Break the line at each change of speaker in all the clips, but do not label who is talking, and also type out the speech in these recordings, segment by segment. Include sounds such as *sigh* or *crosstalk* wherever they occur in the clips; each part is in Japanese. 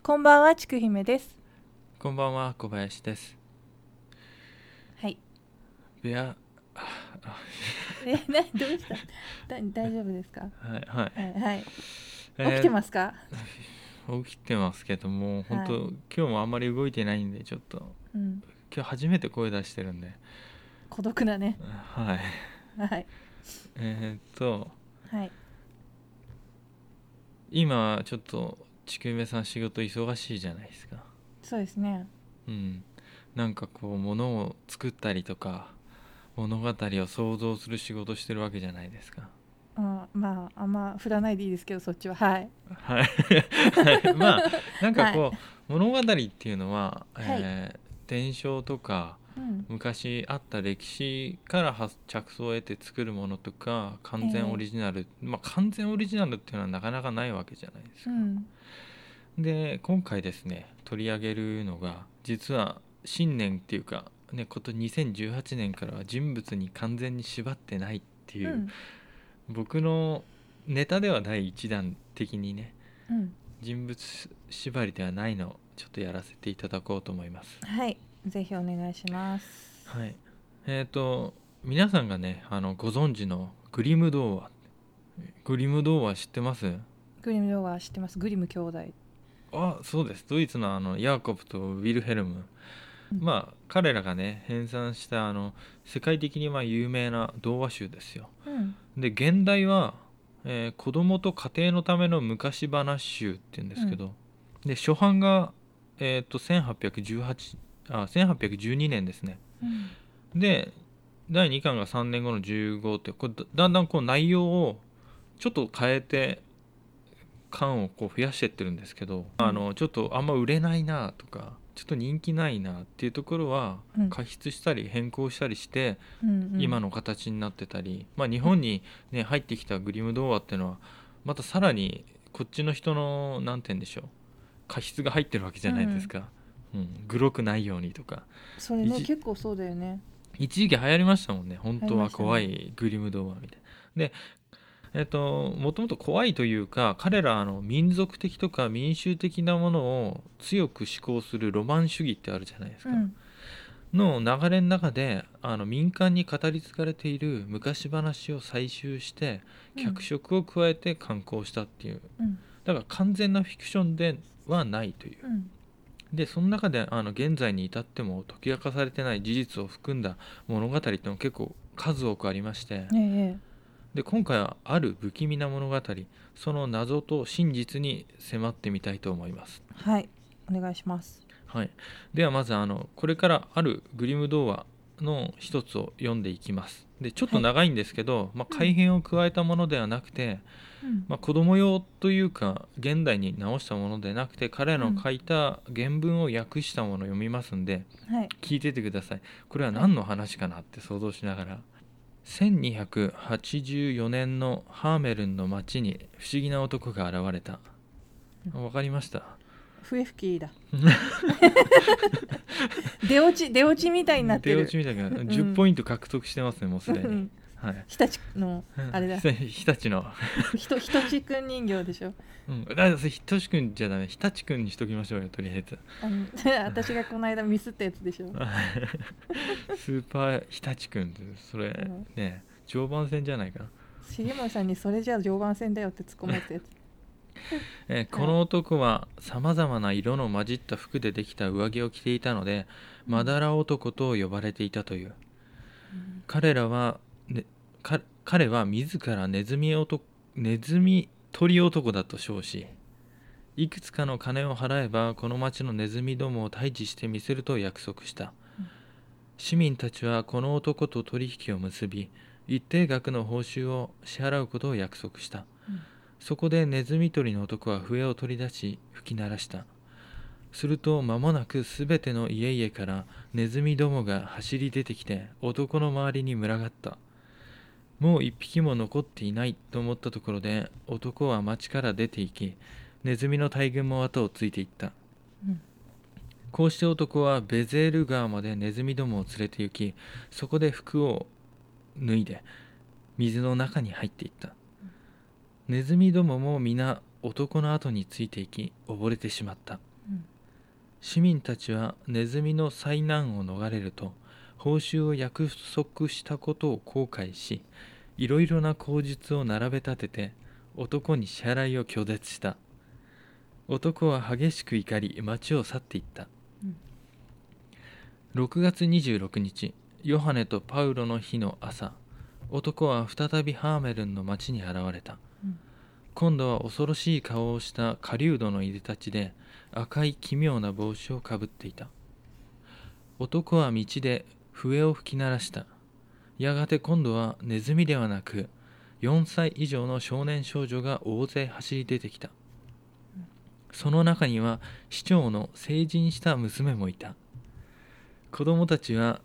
こんばんは、ちくひめです。
こんばんは、小林です。
はい。
いや、あ
え、な、どうした。だ、大丈夫ですか。
あはい、はい。
はい、はい。
え
起
ー
きてますか。
起きてますけども、本当、
はい
今日もあんまり動いてないんで、ちょっと、
うん。
今日初めて声出してるんで、
孤独なね。
はい。
はい。
えーっと、
はい。
今、ちょっと、ちくめさん仕事忙しいじゃないですか。
そうですね。
うん。なんかこう、物を作ったりとか、物語を想像する仕事してるわけじゃないですか。
うん、まあ、あんま振らないでいいですけど、そっちは。はい。
はい、はいまあなんかこう、物語っていうのは、え
はい
ー伝承とか
うん。
昔あった歴史から発着想を得て作るものとか完全オリジナル、まあ完全オリジナルっていうのはなかなかないわけじゃないです
う
か。
ん。
で今回ですね取り上げるのが実は新年っていうか、ね、こと2018年からは人物に完全に縛ってないっていうう、
ん。
僕のネタでは第一弾的にね
うん。
人物縛りではないのをちょっとやらせていただこうと思います
はい。ぜひお願いします。
はいえっ、と皆さんがねあのご存知のグリム童話グリム童話知ってます
グリム童話知ってます。グリム兄弟。
あそうですドイツのあのヤーコブとウィルヘルム、
うん
まあ彼らがね編纂したあの世界的にまあ有名な童話集ですよ
うん。
で現代は、えー子供と家庭のための昔話集っていうんですけど、で初版が、えー、と1818あ1812年ですね
うん。
で第2巻が3年後の15ってこれだだんだんこう内容をちょっと変えて巻をこう増やしてってるんですけ
う
ど、
ん
あのちょっとあんま売れないなとかちょっと人気ないなっていうところは
うん
加筆したり変更したりして、
うん。うん
今。の形になってたり、まあ、日本に、ね、入ってきたグリム童話っていうのはまたさらにこっちの人の何て言うんでしょう過失が入ってるわけじゃないですか、うんグロくないようにとか
それね、
一
結構そうだよね。
一時期流行りましたもんね本当は怖
流
いグリム童話みたいな。でえっともともと怖いというか彼らあの民族的とか民衆的なものを強く思考するロマン主義ってあるじゃないです
う
か。
ん。
の流れの中であの民間に語り継がれている昔話を採集して脚色を加えて刊行したっていう、
うん。
だから完全なフィクションではないという
うん。
でその中であの現在に至っても解き明かされてない事実を含んだ物語っていうのは結構数多くありまして
うん。ええ。
で今回はある不気味な物語その謎と真実に迫ってみたいと思います。
はい。お願いします。
はい、ではまずあのこれからあるグリム童話の一つを読んでいきますでちょっと長いんですけど、まあ、改編を加えたものではなくて、
うん。
まあ、子供用というか現代に直したものでなくて彼らの書いた原文を訳したものを読みますんで
はい。
聞いててくださいこれは何の話かなって想像しながら1284年のハーメルンの町に不思議な男が現れたわかりました
笛吹きだ。出落ち出落ちみたいになって
出
る。
落ちみたいな
うん
10ポイント獲得してますね、もうすで
う
に
ん。
はい。
日立のあ
*laughs*
れだ。
ひひたちの。
ひとひとちくん人形でしょ。
うん、だそれひとしくんじゃダメ、ひたちくんにしときましょうよ、とりあ
*laughs*
えず。
あの私がこの間ミスったやつでしょ。
スーパーひたちくんって、それ、
うん
ね、常磐線じゃないかな。
重森さんにそれじゃあ常磐線だよって突っ込まれたやつ。
えーこの男はさまざまな色の混じった服でできた上着を着ていたので、まだら男と呼ばれていたという。
うん
彼らは、ね、か彼は自らネズミ男ネズミ鳥男だと称しいくつかの金を払えばこの町のネズミどもを退治してみせると約束した
うん
市民たちはこの男と取引を結び一定額の報酬を支払うことを約束した、
うん
そこでネズミ捕りの男は笛を取り出し吹き鳴らしたすると間もなく全ての家々からネズミどもが走り出てきて男の周りに群がったもう一匹も残っていないと思ったところで男は町から出て行きネズミの大群も後をついていった
うん
こうして男はベゼール川までネズミどもを連れて行きそこで服を脱いで水の中に入っていったネズミどもも皆男の後についていき溺れてしまった市民たちはネズミの災難を逃れると報酬を約束したことを後悔しいろいろな口実を並べ立てて男に支払いを拒絶した男は激しく怒り町を去っていった、
うん
6月26日ヨハネとパウロの日の朝男は再びハーメルンの町に現れた
うん
今度は恐ろしい顔をした狩人のいでたちで赤い奇妙な帽子をかぶっていた男は道で笛を吹き鳴らしたやがて今度はネズミではなく4歳以上の少年少女が大勢走り出てきたその中には市長の成人した娘もいた子供たちは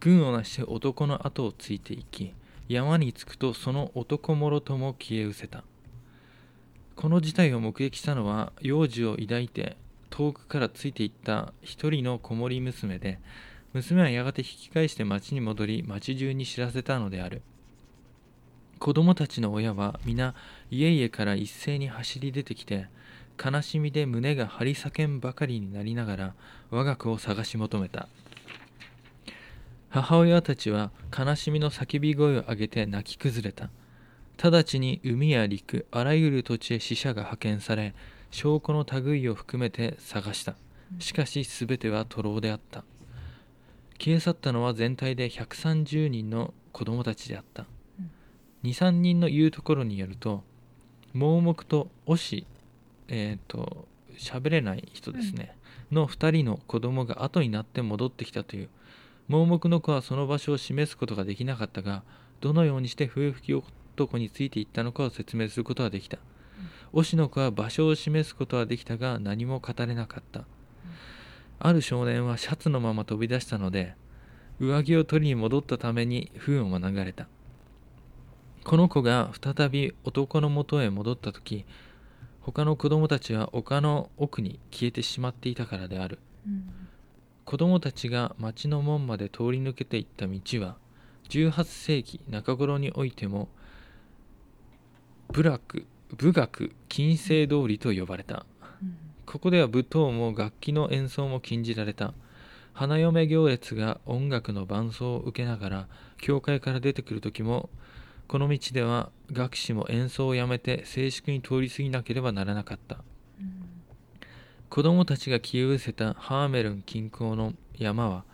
群をなして男の後をついていき山に着くとその男もろとも消え失せたこの事態を目撃したのは幼児を抱いて遠くからついていった一人の子守娘で娘はやがて引き返して町に戻り町中に知らせたのである子供たちの親は皆家々から一斉に走り出てきて悲しみで胸が張り裂けんばかりになりながら我が子を探し求めた母親たちは悲しみの叫び声を上げて泣き崩れた直ちに海や陸あらゆる土地へ死者が派遣され証拠の類を含めて探したしかし全ては徒労であった消え去ったのは全体で130人の子供たちであった
うん
23人の言うところによると盲目とおしえっ、と喋れない人ですね、の2人の子供が後になって戻ってきたという盲目の子はその場所を示すことができなかったがどのようにして笛吹き男についていったのかを説明することはできた押の子は場所を示すことはできたが何も語れなかったある少年はシャツのまま飛び出したので上着を取りに戻ったために不運を免れたこの子が再び男のもとへ戻った時他の子供たちは丘の奥に消えてしまっていたからである
うん
子供たちが町の門まで通り抜けていった道は18世紀中頃においても部落部学禁制通りと呼ばれた
うん
ここでは舞踏も楽器の演奏も禁じられた花嫁行列が音楽の伴奏を受けながら教会から出てくる時もこの道では学士も演奏をやめて静粛に通り過ぎなければならなかった
うん
子供たちが消え失せたハーメルン近郊の山は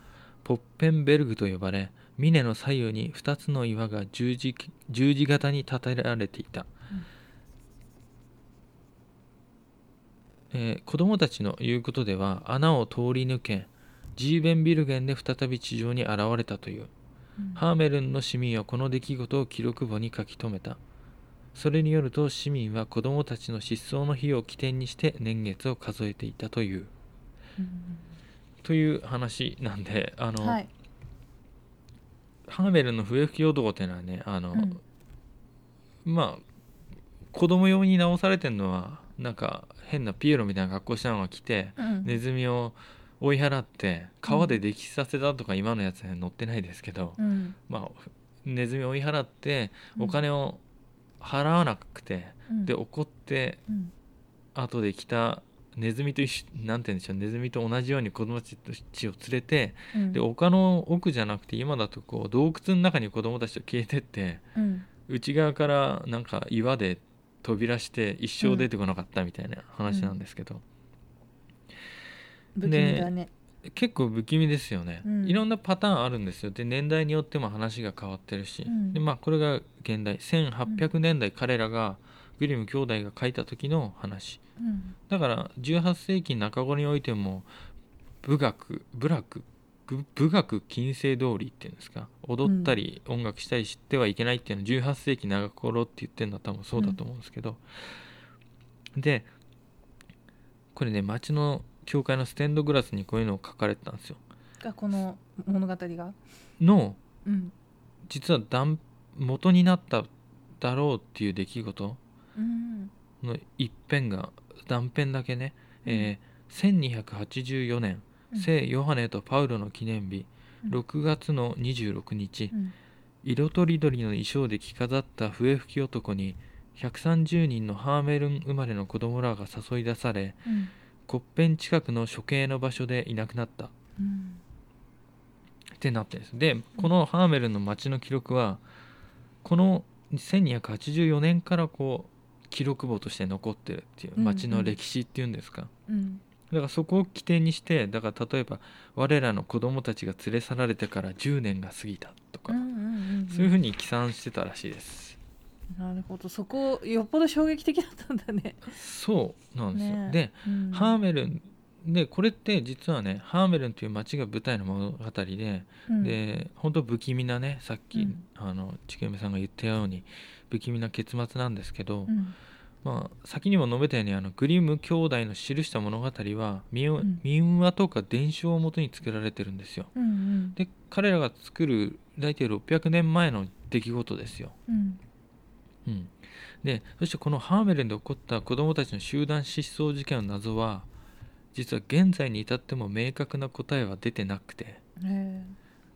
ポッペンベルグと呼ばれ峰の左右に2つの岩が十字十字型に建てられていた、えー子供たちの言うことでは穴を通り抜けジーベンビルゲンで再び地上に現れたという
うん
ハーメルンの市民はこの出来事を記録簿に書き留めたそれによると市民は子供たちの失踪の日を起点にして年月を数えていたという
うん
という話なんであの、
はい
ハーメルンの笛吹き男っていうのはねあの、
うん
まあ子供用に直されてるのはなんか変なピエロみたいな格好したのが来て
うん
ネズミを追い払って川で溺死させたとか今のやつには載ってないですけど、
うん
まあネズミを追い払って
うん
お金を払わなくて、
うん
で怒って
うん
後で来たネズミと一緒なんて言うんでしょうネズミと同じように子供たちを連れて
うん
で丘の奥じゃなくて今だとこう洞窟の中に子供たちと消えてって
うん
内側からなんか岩で飛び出して一生出てこなかったみたいな話なんですけど、
不気味だね
結構不気味ですよね、
うん
いろんなパターンあるんですよで年代によっても話が変わってるし、
うん
でまあ、これが現代1800年代彼らがグリム兄弟が書いた時の話
うん
だから18世紀中頃においても武学部落ぶ武学禁制通りっていうんですか踊ったり音楽したりしてはいけないっていうのは18世紀中頃って言ってるのは多分そうだと思うんですけど、でこれね町の教会のステンドグラスにこういうのを書かれてたんですよ。
がこの物語が
の
うん
実は断元になっただろうっていう出来事
うん
の一辺が断片だけね、えー1284年聖ヨハネとパウロの記念日
うん
6月の26日
うん
色とりどりの衣装で着飾った笛吹き男に130人のハーメルン生まれの子供らが誘い出され
うん
骨片近くの処刑の場所でいなくなったっ
うん
てなってるんですでこのハーメルの町の記録はこの1284年からこう記録簿として残ってるっていう
うんうん
町の歴史っていうんですか、
うん
だからそこを起点にしてだから例えば我らの子供たちが連れ去られてから10年が過ぎたとか、
うんうんうん
そういうふうに起算してたらしいです。
なるほどそこよっぽど衝撃的だったんだね。
そうなんですよ、
ね
で、
うん
ハーメルンでこれって実はねハーメルンという町が舞台の物語で、
うん
で本当不気味なねさっき、
うん
あのちくゆめさんが言ったように不気味な結末なんですけど、
うん
まあ、先にも述べたようにあのグリム兄弟の記した物語は民話,、
うん
民話とか伝承をもとに作られてるんですよ。
うんうん
で彼らが作る大体600年前の出来事ですよ。
うん
うん、でそしてこのハーメルンで起こった子どもたちの集団失踪事件の謎は実は現在に至っても明確な答えは出てなくて
へ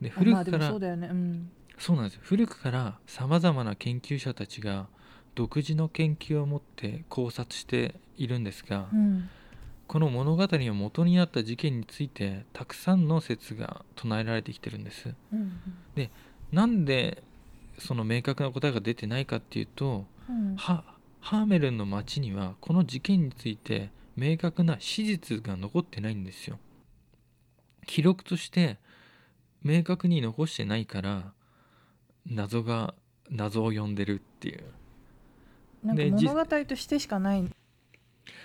で
えあ
古
まあ
く
でも
から、
そう
そう
だよね。うん
なんです古くからさまざまな研究者たちが独自の研究を持って考察しているんですが、
うん
この物語の元になった事件についてたくさんの説が唱えられてきてるんです。
うんうん
なんでその明確な答えが出てないかっていうと、
うん
はハーメルンの町にはこの事件について明確な史実が残ってないんですよ記録として明確に残してないから謎が謎を呼んでるっていう
なんか
でじ
物語としてしかないんだ。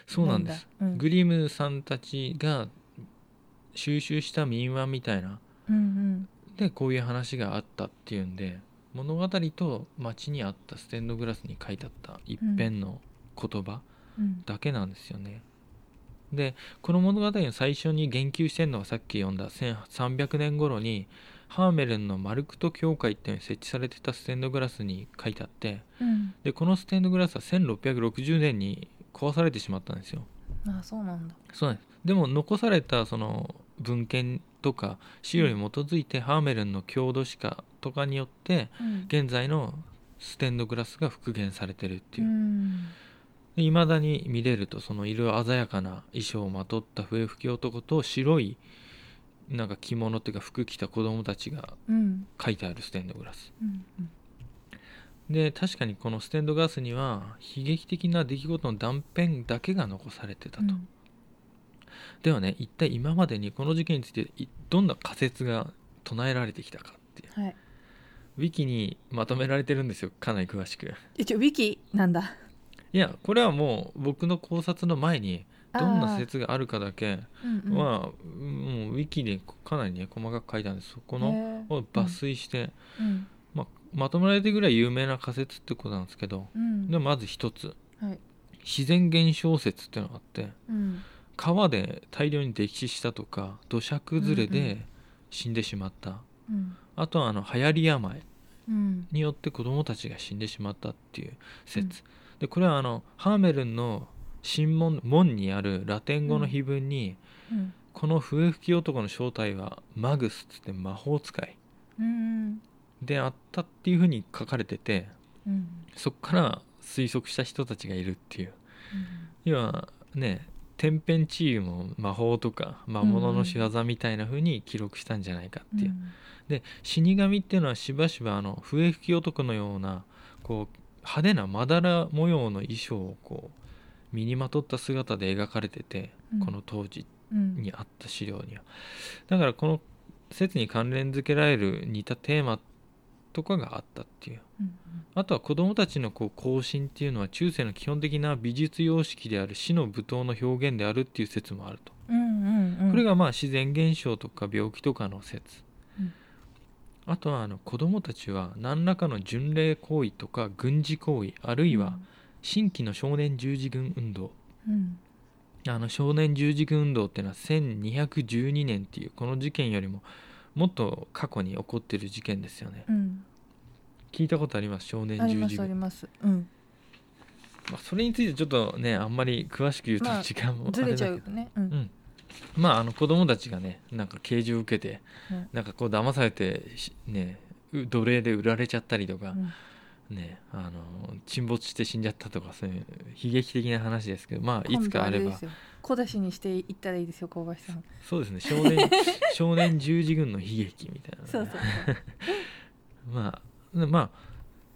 そうなんです、
うん
グリムさんたちが収集した民話みたいな
うん
でこういう話があったっていうんで物語と町にあったステンドグラスに書いてあった一辺の言葉、
うんうん
だけなんですよね。でこの物語の最初に言及してるのはさっき読んだ1300年頃にハーメルンのマルクト教会っていうのに設置されてたステンドグラスに書いてあって
うん
でこのステンドグラスは1660年に壊されてしまったんですよ。
あそうなんだ。
そうなんですでも残されたその文献とか資料に基づいてハーメルンの郷土史家とかによって
うん
現在のステンドグラスが復元されてるっていう
うん
いまだに見れるとその色鮮やかな衣装をまとった笛吹き男と白いなんか着物っていうか服着た子供たちが
うん
書いてあるステンドグラス
うんうん
で確かにこのステンドグラスには悲劇的な出来事の断片だけが残されてたと、
うん
ではね一体今までにこの事件についていどんな仮説が唱えられてきたかっていう
はい。
ウィキにまとめられてるんですよかなり詳しく
一応ウィキなんだ。
いやこれはもう僕の考察の前にどん
あ
な
ー
説があるかだけ
うんうん
は、もうウィキでかなりね細かく書いたんですそこの
へえ
を抜粋して、
うん
まあ、まとめられてぐらい有名な仮説ってことなんですけど
うん
でまず一つ
はい
自然現象説っていうのがあって
うん
川で大量に溺死したとか土砂崩れ
うんう
で死んでしまった、
うん
あとはあの流行り病
うん
によって子供たちが死んでしまったっていう説、でこれはあのハーメルンの神門門にあるラテン語の碑文に、
うん
この笛吹き男の正体はマグスっつって魔法使い
うん
であったっていうふうに書かれてて
うんうん
そこから推測した人たちがいるっていう要はね天変地異も魔法とか魔物の仕業みたいな風に記録したんじゃないかっていう、で死神っていうのはしばしばあの笛吹き男のようなこう派手なまだら模様の衣装をこう身にまとった姿で描かれてて、
うん
この当時
うん
にあった資料にはだからこの説に関連づけられる似たテーマとかがあったっていう
うん
あとは子どもたちのこう行進っていうのは中世の基本的な美術様式である死の舞踏の表現であるっていう説もあると、
うんうんうん
これがまあ自然現象とか病気とかの説、
うん
あとはあの子どもたちは何らかの巡礼行為とか軍事行為あるいは新規の少年十字軍運動
うん
あの少年十字軍運動っていうのは1212年っていうこの事件よりももっと過去に起こってる事件ですよね
うん
聞いたことあります少年
あり
十
ま
字
すあり
軍
ますうん
まあ、それについてちょっとねあんまり詳しく言うと
まあ
時間もあ
ず
れ
れ
だ
ち
け
ゃ
ど、
うねうん
うんまああの子供たちがねなんか刑事を受けて、
うん
なんかこう騙されてしねう奴隷で売られちゃったりとか、ねあの沈没して死んじゃったとかそういう悲劇的な話ですけどまあ
うん
いつかあれ
今度
ば
ですよ小出しにしていったらいいですよ小林さん
そうですね少
*laughs*
年少年十字軍の悲劇みたいなね、
そうそうそう
まあまあ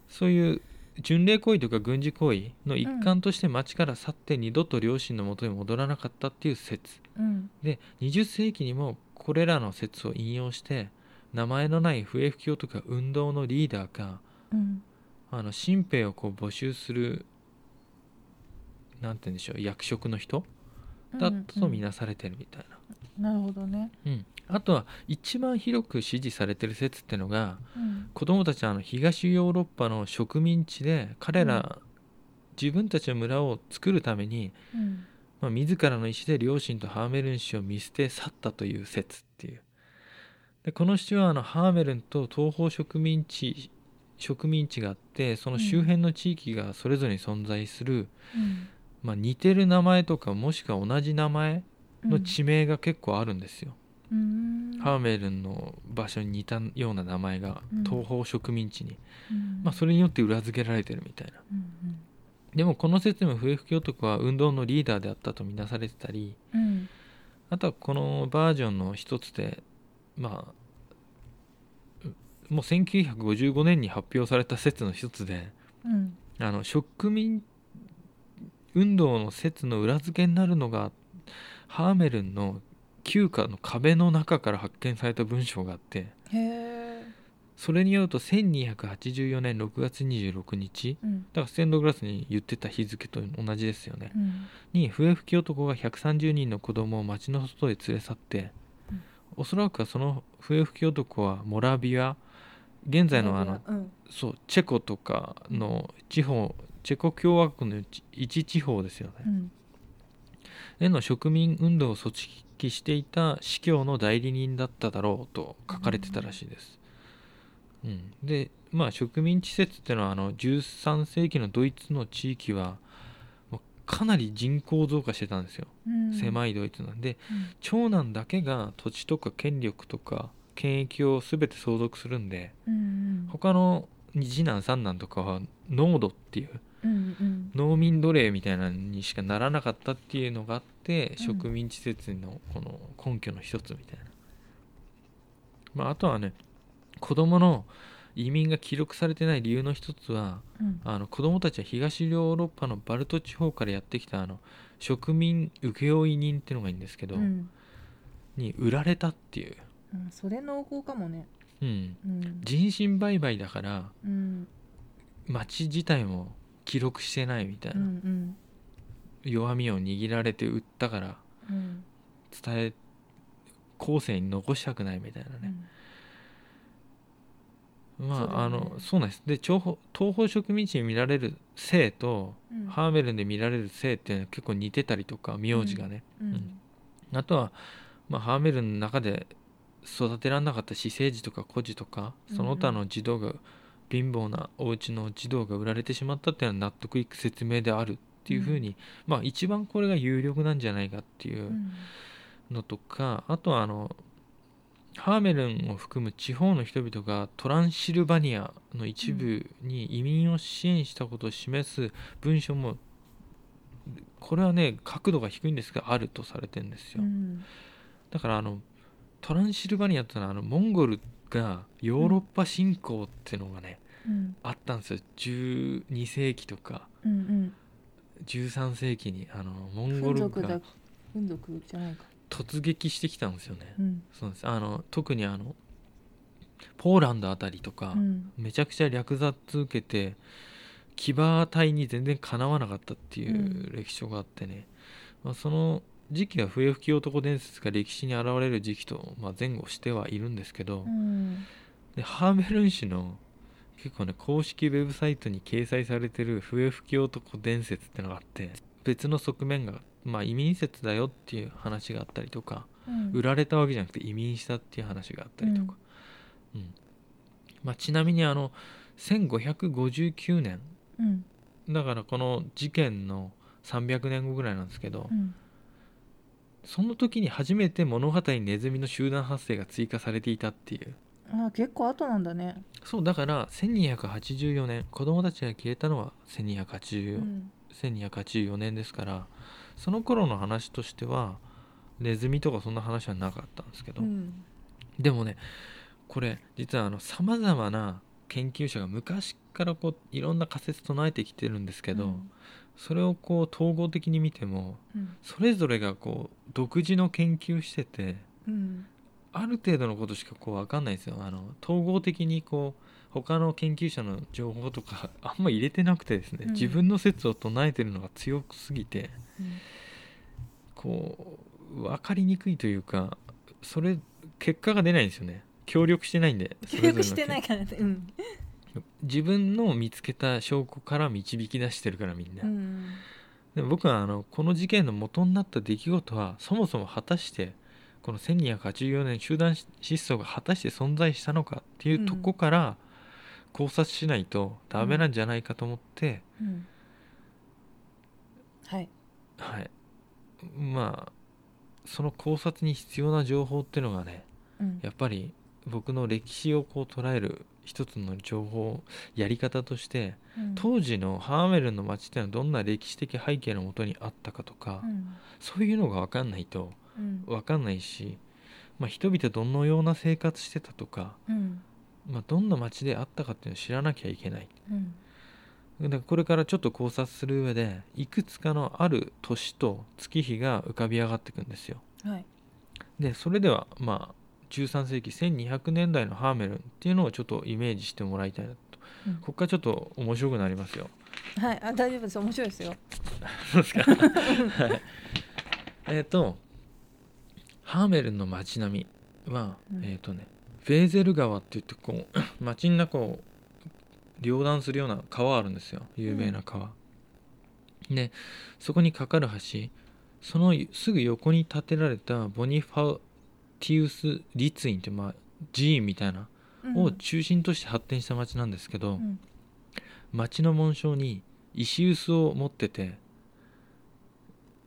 そういう巡礼行為とか軍事行為の一環として町から去って二度と両親の元に戻らなかったっていう説
うん
で20世紀にもこれらの説を引用して名前のない笛吹教とか運動のリーダーか
うん
あの新兵をこう募集するなんて言うんでしょう役職の人だとみ
な、
なされてるみたいな、
うんなるほどね、
うん、あとは一番広く支持されてる説ってのが
うん、
子供たちはあの東ヨーロッパの植民地で彼ら、自分たちの村を作るために、
うん
まあ、自らの意思で両親とハーメルン氏を見捨て去ったという説っていうでこの市はあのハーメルンと東方植民地植民地があってその周辺の地域がそれぞれに存在する、
うん
まあ、似てる名前とかもしくは同じ名前の地名が結構あるんですよ。
うん
ハーメルンの場所に似たような名前が
うん
東方植民地に、
うん
まあ、それによって裏付けられてるみたいな
うん
でもこの説にも笛吹き男は運動のリーダーであったとみなされてたり
うん
あとはこのバージョンの一つでまあうもう1955年に発表された説の一つで
うん
あの植民運動の説の裏付けになるのがハーメルンの旧家の壁の中から発見された文章があって
へえ
それによると1284年6月26日
うん
だからステンドグラスに言ってた日付と同じですよね
うん
に笛吹き男が130人の子供を町の外へ連れ去って、
うん
おそらくはその笛吹き男はモラビア現在のあの
うん
そうチェコとかの地方チェコ共和国のち一地方ですよね、
うん
への植民運動を組織していた司教の代理人だっただろうと書かれてたらしいです。うん、でまあ植民地説っていうのはあの13世紀のドイツの地域はもうかなり人口増加してたんですよ、
うん
狭
い、
いドイツなんで
うん
長男だけが土地とか権力とか権益を全て相続するんで
うん
他の次男三男とかは農奴っていう
うんうん
農民奴隷みたいなのにしかならなかったっていうのがあっ
う
て、
ん
植民地説のこの根拠の一つみたいな、まあ、あとはね子供の移民が記録されてない理由の一つは
うん
あの子供たちは東ヨーロッパのバルト地方からやってきたあの植民請負人っていうのがいいんですけど、
うん
に売られたっていう、
うん、それ濃厚かもね
うん、
うん、
人身売買だから
うん
町自体も記録してないみたい
うんう
な、
ん
弱みを握られて売ったから
うん
伝え後世に残したくないみたいなね、
そ
ま
うだ
ああ
よね
のそうなんですで東方東方植民地に見られる性と、
うん
ハーメルンで見られる性っていうのは結構似てたりとか名字がね、
うん
あとは、まあ、ハーメルンの中で育てられなかった私生児とか孤児とかその他の児童が、貧乏なお家の児童が売られてしまったっていうのは納得いく説明であるっていうふうに、まあ一番これが有力なんじゃないかっていう、
うん
のとかあとはあのハーメルンを含む地方の人々がトランシルバニアの一部に移民を支援したことを示す文書もこれはね角度が低いんですがあるとされてるんです
う
よ、
ん
だからあのトランシルバニアってのはあのモンゴルがヨーロッパ侵攻ってのがね、
うん
あったんですよ12世紀とか
うん
13世紀にあのモ
うん
ンゴ
軍
ル
属だ
が
軍属じゃないか
突撃してきたんですよね、
うん
そうですあの特にあのポーランドあたりとか、
うん
めちゃくちゃ略奪受けて騎馬隊に全然かなわなかったっていう歴史書があってね、まあ、その時期は笛吹き男伝説が歴史に現れる時期と、まあ、前後してはいるんですけど、
うん
でハーメルン氏の結構ね公式ウェブサイトに掲載されてる笛吹き男伝説ってのがあって別の側面が、まあ、移民説だよっていう話があったりとか
うん
売られたわけじゃなくて移民したっていう話があったりとか、うんまあ、ちなみにあの1559年
うん
だからこの事件の300年後ぐらいなんですけど、
うん
その時に初めて物語にネズミの集団発生が追加されていたっていう
あー結構後なんだね
そうだから1284年子供たちが消えたのは1284、
うん
1284年ですからその頃の話としてはネズミとかそんな話はなかったんですけど、
うん
でもねこれ実はさまざまな研究者が昔からこういろんな仮説唱えてきてるんですけど、
うん
それをこう統合的に見ても
うん
それぞれがこう独自の研究してて
うん
ある程度のことしかこう分かんないんですよあの統合的にこう他の研究者の情報とか *laughs* あんま入れてなくてですね、
うん
自分の説を唱えてるのが強すぎて
うん
こう分かりにくいというかそれ結果が出ないんですよね協力してないんで
*laughs* 協力してないいからねうん
自分の見つけた証拠から導き出してるからみんな、
うん
でも僕はあのこの事件の元になった出来事はそもそも果たしてこの1284年集団失踪が果たして存在したのかっていうとこから考察しないとダメなんじゃないかと思って、
うんはい
はいまあその考察に必要な情報っていうのがね
うん
やっぱり僕の歴史をこう捉える一つの情報やり方として
うん
当時のハーメルンの街っていうのはどんな歴史的背景のもとにあったかとか、
うん
そういうのが分かんないと
うん
分かんないし、まあ、人々どのような生活してたとか、
うん
まあ、どんな街であったかっていうのを知らなきゃいけない
うん
だからこれからちょっと考察する上でいくつかのある年と月日が浮かび上がってくんですよ
はい
でそれではまあ13世紀1200年代のハーメルンっていうのをちょっとイメージしてもらいたいなと
うん
ここからちょっと面白くなりますよ
はいあ大丈夫です面白いですよ
そうですかはいえっ、とハーメルンの街並みは、
うん
えっ、とねベーゼル川って言ってこう *coughs* 街の中を両断するような川あるんですよ有名な川、でそこに架かる橋そのすぐ横に建てられたボニファティウス立院ってまあ寺院みたいな
うん
を中心として発展した町なんですけど、
うん
町の紋章に石臼を持ってて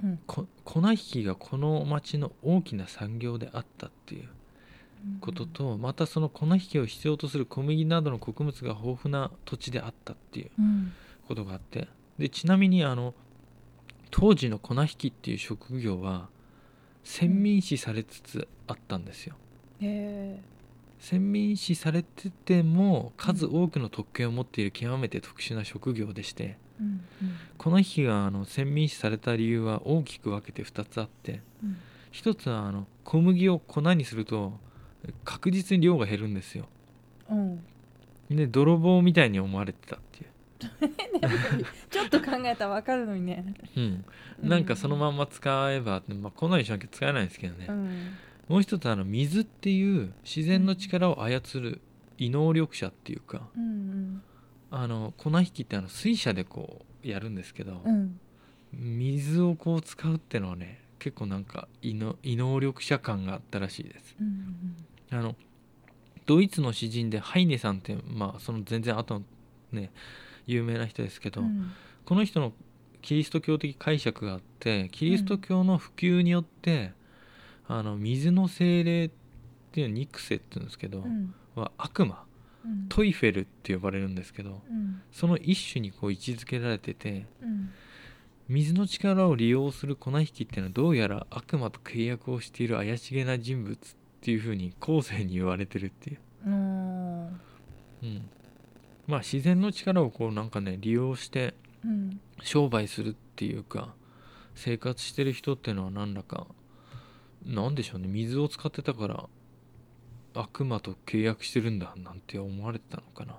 うん
こ粉引きがこの町の大きな産業であったっていうことと、またその粉引きを必要とする小麦などの穀物が豊富な土地であったっていう
うん
ことがあってでちなみにあの当時の粉引きっていう職業は先民視されつつあったんですよ。
へ
先民視されてても数多くの特権を持っている極めて特殊な職業でして、
ーうん
この日があの先民視された理由は大きく分けて2つあって
うん
1つはあの小麦を粉にすると確実に量が減るんですよ
うんうん
で泥棒みたいに思われてたってい
ちょっと考えたらわかるのにね。
う、うん、なんかそのまんま使えば、まあ、粉にしなきゃ使えないんですけどね、
うん。
もう一つあの水っていう自然の力を操る異能力者っていうか
うん
あの粉引きってあの水車でこうやるんですけど、
うん。うん。
水をこう使うってのはね結構なんか異能異能力者感があったらしいです
うん。
あのドイツの詩人でハイネさんってまあその全然後のね有名な人ですけど、
うん
この人のキリスト教的解釈があってキリスト教の普及によって、あの水の精霊っていうニクセって言うんですけ
う
ど、
ん。
は悪魔
うん。
トイフェルって呼ばれるんですけど
うん。
その一種にこう位置づけられてて
うん。
水の力を利用する粉引きってのはどうやら悪魔と契約をしている怪しげな人物っていうふうに後世に言われてるっていう、
うん。
うん、まあ自然の力をこうなんかね利用して
うん。
商売するっていうか生活してる人っていうのは何らかなんでしょうね水を使ってたから悪魔と契約してるんだなんて思われてたのかな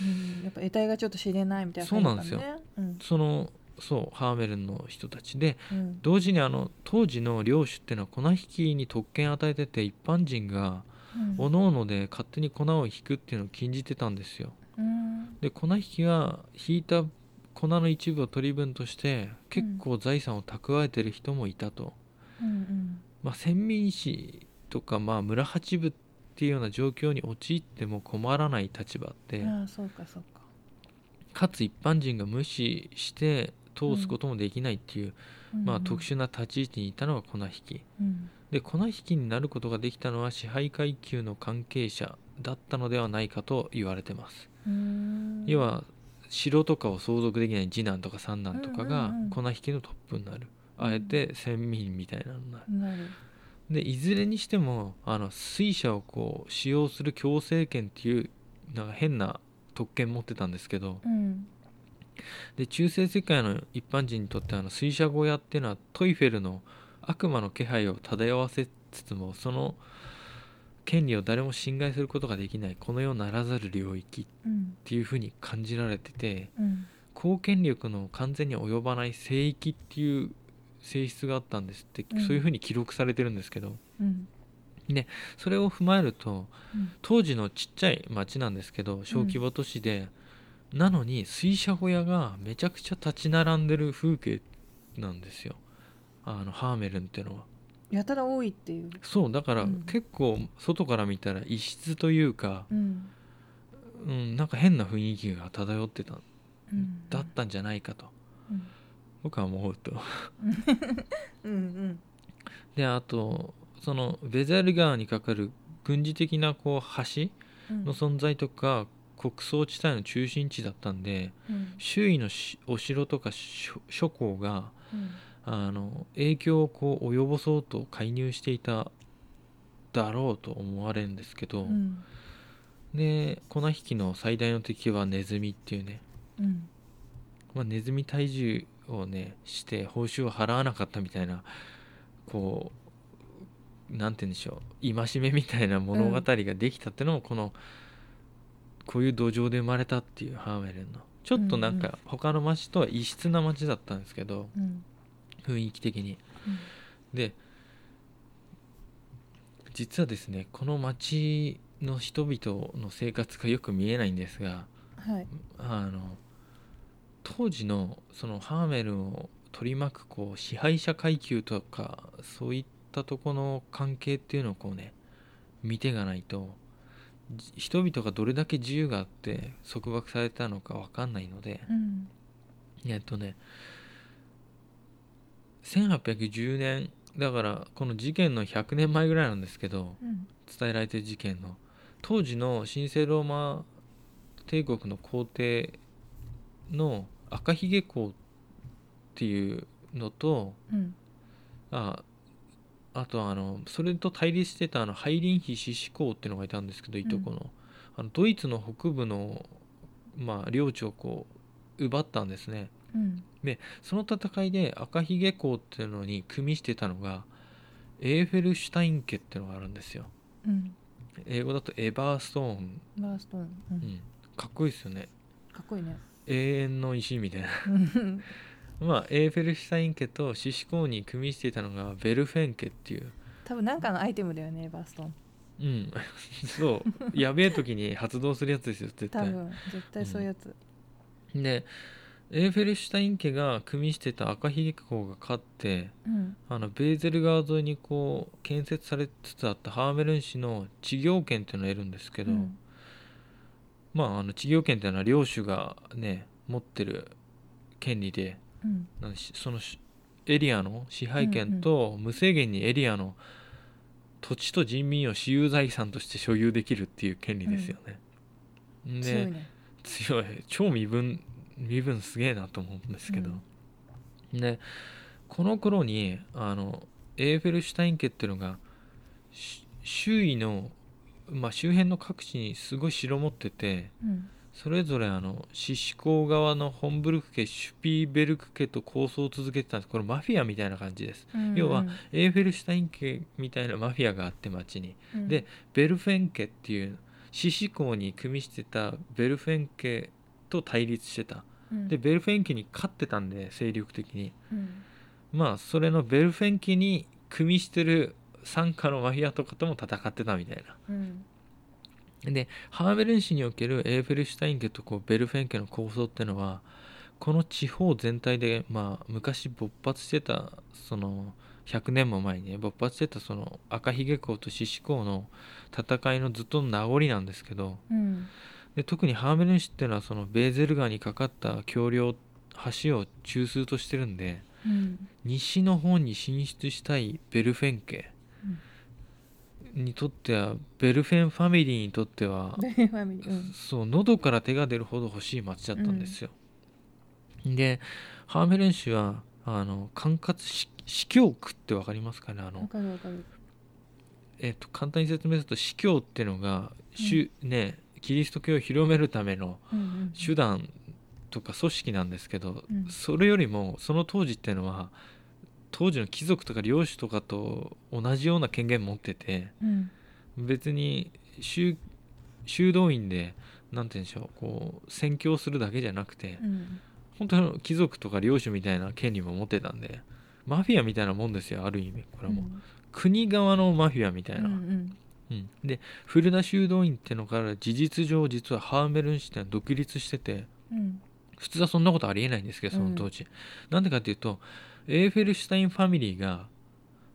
うんやっぱ得体がちょっと知れないみたいな感じだったのね。うん
そのそうハーメルンの人たちで
うん。
同時にあの当時の領主っていうのは粉引きに特権与えてて一般人が
うん。
各々で勝手に粉を引くっていうのを禁じてたんですよ
うん。
で粉引きは引いた粉の一部を取り分として結構財産を蓄えてる人もいたと、
うん。
まあ、先民市とかまあ村八部っていうような状況に陥っても困らない立場って、
うん。ああ、そうか、そうか。
かつ一般人が無視して通すこともできないっていう、
うん
まあ、特。殊な立ち位置にいたのが粉引き。
うん。
で粉引きになることができたのは支配階級の関係者だったのではないかと言われてます、
うん
要。は城とかを相続できない次男とか三男とかが
うんうんうん
粉引きのトップになる、あえて仙民みたいなのになる
なる
でいずれにしてもあの水車をこう使用する強制権っていうなんか変な特権持ってたんですけど
うん
で中世世界の一般人にとってあの水車小屋っていうのはトイフェルの悪魔の気配を漂わせつつもその権利を誰も侵害することができないこの世ならざる領域っ
うん
ていうふうに感じられてて
うん
公権力の完全に及ばない聖域っていう性質があったんですって、
うん
そういうふうに記録されてるんですけど
うん
それを踏まえると
うん
当時のちっちゃい町なんですけど小規模都市で、なのに水車小屋がめちゃくちゃ立ち並んでる風景なんですよあのハーメルンっていうのは
やたら多いっていう
そうだから
うん
結構外から見たら異質というか、
うん
うん、なんか変な雰囲気が漂ってた
うん
だったんじゃないかと
うん
僕は思うと
うんうん
であとそのベザル川に架かる軍事的なこう橋
うん
の存在とか国葬地帯の中心地だったんで、
うん
周囲のしお城とか諸諸侯が
うん
あの影響をこう及ぼそうと介入していただろうと思われるんですけど、
うん
で粉引きの最大の敵はネズミっていうね、
うん
まあ、ネズミ体重をねして報酬を払わなかったみたいなこうなんて言うんでしょう戒めみたいな物語ができたってのもこの、こういう土壌で生まれたっていうハーメルンのちょっとなん
うん
か他の町とは異質な町だったんですけど、
うん
雰囲気的にで実はですねこの町の人々の生活がよく見えないんですが
はい
あの当時のそのハーメルンを取り巻くこう支配者階級とかそういったとこの関係っていうのをこうね見ていかないとじ人々がどれだけ自由があって束縛されたのかわかんないので、
うん
えっとね1810年だからこの事件の100年前ぐらいなんですけど
うん
伝えられてる事件の当時の神聖ローマ帝国の皇帝の赤ひげ公っていうのと
うん
ああとあのそれと対立してたあのハイリンヒ獅子公っていうのがいたんですけどいとこの,、あのドイツの北部の、まあ、領地をこう奪ったんですね。
うん
その戦いで赤ひげ校っていうのに組みしてたのがエーフェルシュタイン家っていうのがあるんですよ
うん
英語だとエバーストーン、
バーストーンう
うんん、かっこいいですよね
かっこいいね
永遠の石みたいな *laughs*
うん
まあエーフェルシュタイン家と獅子校に組みしていたのがベルフェン家っていう
多分なんかのアイテムだよねバーストーン
うん *laughs* そうやべえ時に発動するやつですよ絶
多
対
分絶対そういうやつ
でエーフェルシュタイン家が組みしてた赤ひげ校が勝って
うん
あのベーゼル川沿いにこう建設されつつあったハーメルン市の地行権っていうのを得るんですけど、
うん
まああの地行権っていうのは領主がね持ってる権利で
うん
なんでしそのしエリアの支配権と無制限にエリアの土地と人民を私有財産として所有できるっていう権利ですよね。で
強いね
強い超身分身分すげえなと思うんですけど、でこの頃にあのエーフェルシュタイン家っていうのがし周囲の、まあ、周辺の各地にすごい城持ってて
うん
それぞれあのシシコ側のホンブルク家シュピーベルク家と構想を続けてたんですこれマフィアみたいな感じです要はエーフェルシュタイン家みたいなマフィアがあって町に
うん
でベルフェン家っていう獅子校に組みしてたベルフェン家と対立してた
うん
でベルフェン家に勝ってたんで精力的に
うん
まあそれのベルフェン家に組みしてる傘下のマフィアとかとも戦ってたみたい
うん
なでハーメルン市におけるエーフェルシュタイン家とこうベルフェン家の構想ってのはこの地方全体で、まあ、昔勃発してたその100年も前にね勃発してたその赤ひげ校と獅子校の戦いのずっとの名残なんですけど、
うん
で特にハーメルン市っていうのはそのベーゼル川に架かった橋梁橋を中枢としてるんで
うん
西の方に進出したいベルフェン家にとってはベルフェンファミリーにとっては、
ベリーファミリーうん
そう喉から手が出るほど欲しい町だったんですよ。でハーメルン市はあの管轄し司教区ってわかりますかねあ
わ
の、
かるわかる
えっと簡単に説明すると司教ってのが、主ね、キリスト教を広めるための
うんうん
手段とか組織なんですけど、
うん
それよりもその当時ってのは当時の貴族とか領主とかと同じような権限持ってて
うん
別に修修道院で何て言うんでしょうこう宣教するだけじゃなくて、
うん
本当の貴族とか領主みたいな権利も持ってたんでマフィアみたいなもんですよある意味これはもう、国側のマフィアみたいな、
うんうん
うんでフルダ修道院ってのから事実上実はハーメルン市ってのは独立してて
うん
普通はそんなことありえないんですけどその当時、なんでかっていうとエーフェルシュタインファミリーが